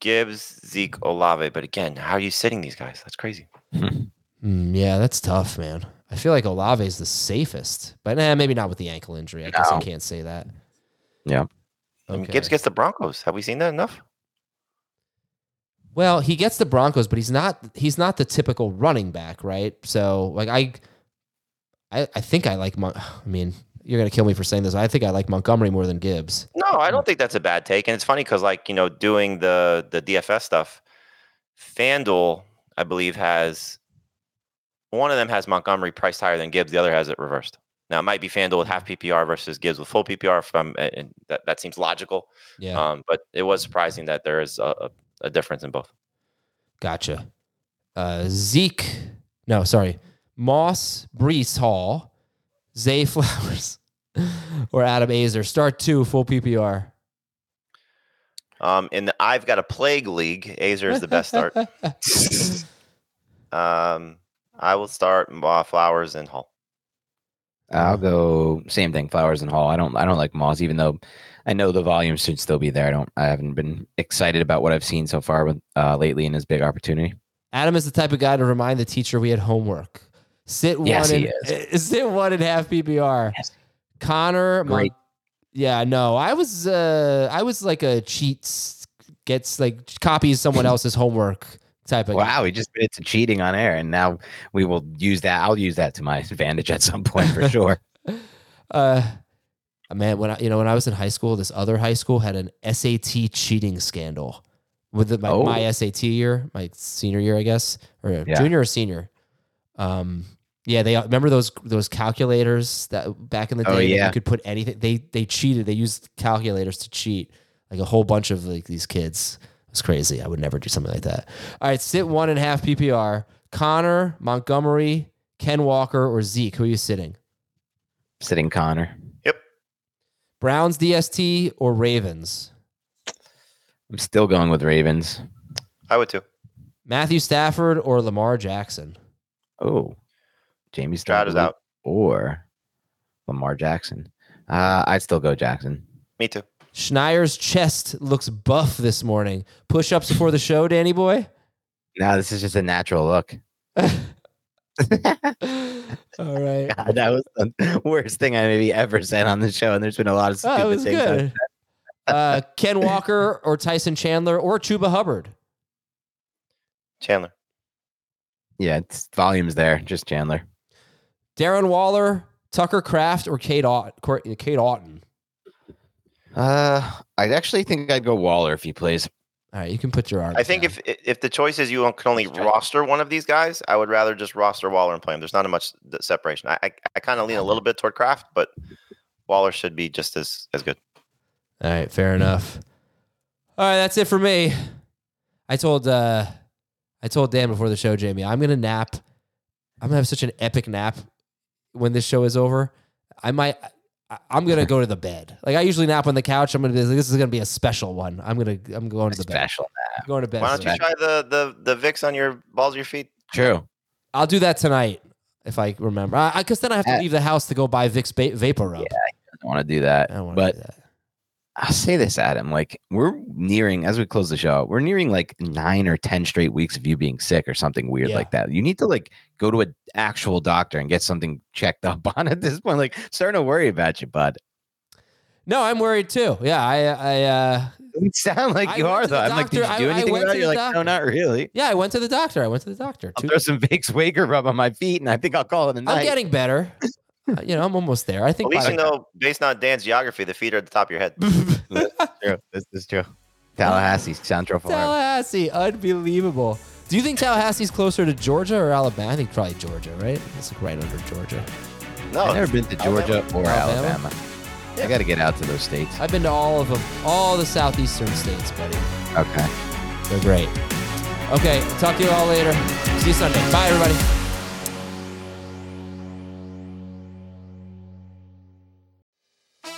Speaker 5: Gibbs, Zeke, Olave. But again, how are you sitting these guys? That's crazy.
Speaker 3: Mm, yeah, that's tough, man. I feel like Olave is the safest, but nah, maybe not with the ankle injury. I guess I
Speaker 4: No.
Speaker 3: can't say that.
Speaker 4: Yeah.
Speaker 5: I mean, Gibbs
Speaker 3: Okay.
Speaker 5: gets the Broncos. Have we seen that enough?
Speaker 3: Well, he gets the Broncos, but he's not he's not the typical running back, right? So like I I, I think I like Mon- I mean, you're gonna kill me for saying this. I think I like Montgomery more than Gibbs.
Speaker 5: No, I don't think that's a bad take. And it's funny because, like, you know, doing the the DFS stuff, FanDuel, I believe, has one of them has Montgomery priced higher than Gibbs. The other has it reversed. Now, it might be FanDuel with half PPR versus Gibbs with full PPR. If I'm, and- and that, that seems logical.
Speaker 3: Yeah.
Speaker 5: Um, but it was surprising that there is a, a, a difference in both.
Speaker 3: Gotcha. Uh, Zeke. No, sorry. Moss, Brees Hall, Zay Flowers, or Adam Azer. Start two, full PPR.
Speaker 5: Um, in the I've got a plague league, Azer is the best start. um, I will start uh, Flowers and Hall.
Speaker 4: I'll go same thing. Flowers and Hall. I don't. I don't like Moss, even though I know the volume should still be there. I don't. I haven't been excited about what I've seen so far with uh, lately in his big opportunity.
Speaker 3: Adam is the type of guy to remind the teacher we had homework. Sit one
Speaker 4: Yes,
Speaker 3: and
Speaker 4: he
Speaker 3: sit one and half PPR.
Speaker 4: Yes.
Speaker 3: Connor, Mon-
Speaker 4: Great.
Speaker 3: yeah, no, I was uh, I was like a cheats gets like copies someone else's homework type of guy.
Speaker 4: Wow, he just admitted to cheating on air, and now we will use that. I'll use that to my advantage at some point for sure.
Speaker 3: uh man when i you know when i was in high school this other high school had an sat cheating scandal with the, my,
Speaker 4: Oh.
Speaker 3: my sat year my senior year i guess or
Speaker 4: Yeah.
Speaker 3: junior or senior um yeah they remember those those calculators that back in the day
Speaker 4: Oh,
Speaker 3: that
Speaker 4: yeah.
Speaker 3: you could put anything they they cheated they used calculators to cheat like a whole bunch of like these kids it was crazy i would never do something like that all right sit one and a half ppr connor montgomery ken walker or zeke who are you sitting
Speaker 4: Sitting Connor.
Speaker 3: Browns DST or Ravens?
Speaker 4: I'm still going with Ravens.
Speaker 5: I would too.
Speaker 3: Matthew Stafford or Lamar Jackson?
Speaker 4: Oh, Jamie
Speaker 5: Stroud is
Speaker 4: Stroud
Speaker 5: out.
Speaker 4: or Lamar Jackson. Uh, I'd still go Jackson.
Speaker 5: Me too.
Speaker 3: Schneier's chest looks buff this morning. Push ups before the show, Danny boy?
Speaker 4: No, this is just a natural look.
Speaker 3: All right.
Speaker 4: God, that was the worst thing I maybe ever said on the show, and there's been a lot of
Speaker 3: Oh,
Speaker 4: stupid
Speaker 3: that was
Speaker 4: things. on-
Speaker 3: good. Uh, Ken Walker or Tyson Chandler or Chuba Hubbard?
Speaker 5: Chandler.
Speaker 4: Yeah, it's volumes there. Just Chandler.
Speaker 3: Darren Waller, Tucker Kraft or Kate, Aut- Cor- Kate Auten?
Speaker 4: Uh, I actually think I'd go Waller if he plays.
Speaker 3: All right, you can put your arm.
Speaker 5: I think if if the choice is you can only roster one of these guys, I would rather just roster Waller and play him. There's not much th- separation. I I, I kind of lean a little bit toward Kraft, but Waller should be just as as good.
Speaker 3: All right, fair enough. All right, that's it for me. I told uh I told Dan before the show, Jamie, I'm gonna nap. I'm gonna have such an epic nap when this show is over. I might I- I'm gonna go to the bed. Like I usually nap on the couch. I'm gonna be this is gonna be a special one. I'm gonna I'm going to the bed.
Speaker 4: Special.
Speaker 3: I'm going to bed.
Speaker 5: Why don't you
Speaker 3: tonight.
Speaker 5: try the the the Vicks on your balls of your feet?
Speaker 4: True.
Speaker 3: I'll do that tonight. if I remember. Because I, 'cause then I have to
Speaker 4: Uh,
Speaker 3: leave the house to go buy Vicks ba- Vapor Rub.
Speaker 4: don't want to do that.
Speaker 3: I don't want
Speaker 4: but
Speaker 3: to do that.
Speaker 4: I'll say this, Adam. Like we're nearing as we close the show, we're nearing like nine or ten straight weeks of you being sick or something weird
Speaker 3: Yeah.
Speaker 4: like that. You need to like go to an actual doctor and get something checked up on at this point. Like starting to worry about you, bud.
Speaker 3: No, I'm worried too. Yeah, I, I, uh,
Speaker 4: You sound like
Speaker 3: I
Speaker 4: you
Speaker 3: went
Speaker 4: are
Speaker 3: to the
Speaker 4: though. I'm like, did you
Speaker 3: doctor.
Speaker 4: do
Speaker 3: I- I
Speaker 4: anything
Speaker 3: went
Speaker 4: about
Speaker 3: to the
Speaker 4: it? You're like,
Speaker 3: doctor.
Speaker 4: no, not really.
Speaker 3: yeah, I went to the doctor. I went to the doctor.
Speaker 4: I'll
Speaker 3: Two-
Speaker 4: throw some Vicks Waker rub on my feet and I think I'll call it a night.
Speaker 3: I'm getting better. Uh, you know, I'm almost there. I
Speaker 5: At
Speaker 3: think.
Speaker 5: least
Speaker 3: by-
Speaker 5: you know, based on Dan's geography, the feet are at the top of your head.
Speaker 4: true. This is true. Tallahassee, Central Florida.
Speaker 3: Tallahassee, unbelievable. Do you think Tallahassee's closer to Georgia or Alabama? I think probably Georgia, right? It's like right under Georgia.
Speaker 5: No,
Speaker 4: I've never been to Georgia or
Speaker 3: Alabama?
Speaker 4: Alabama. I got to get out to those states.
Speaker 3: I've been to all of them, all the southeastern states, buddy.
Speaker 4: Okay.
Speaker 3: They're great. Okay, talk to you all later. See you Sunday. Bye, everybody.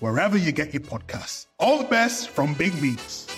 Speaker 8: wherever you get your podcasts. All the best from Big Meats.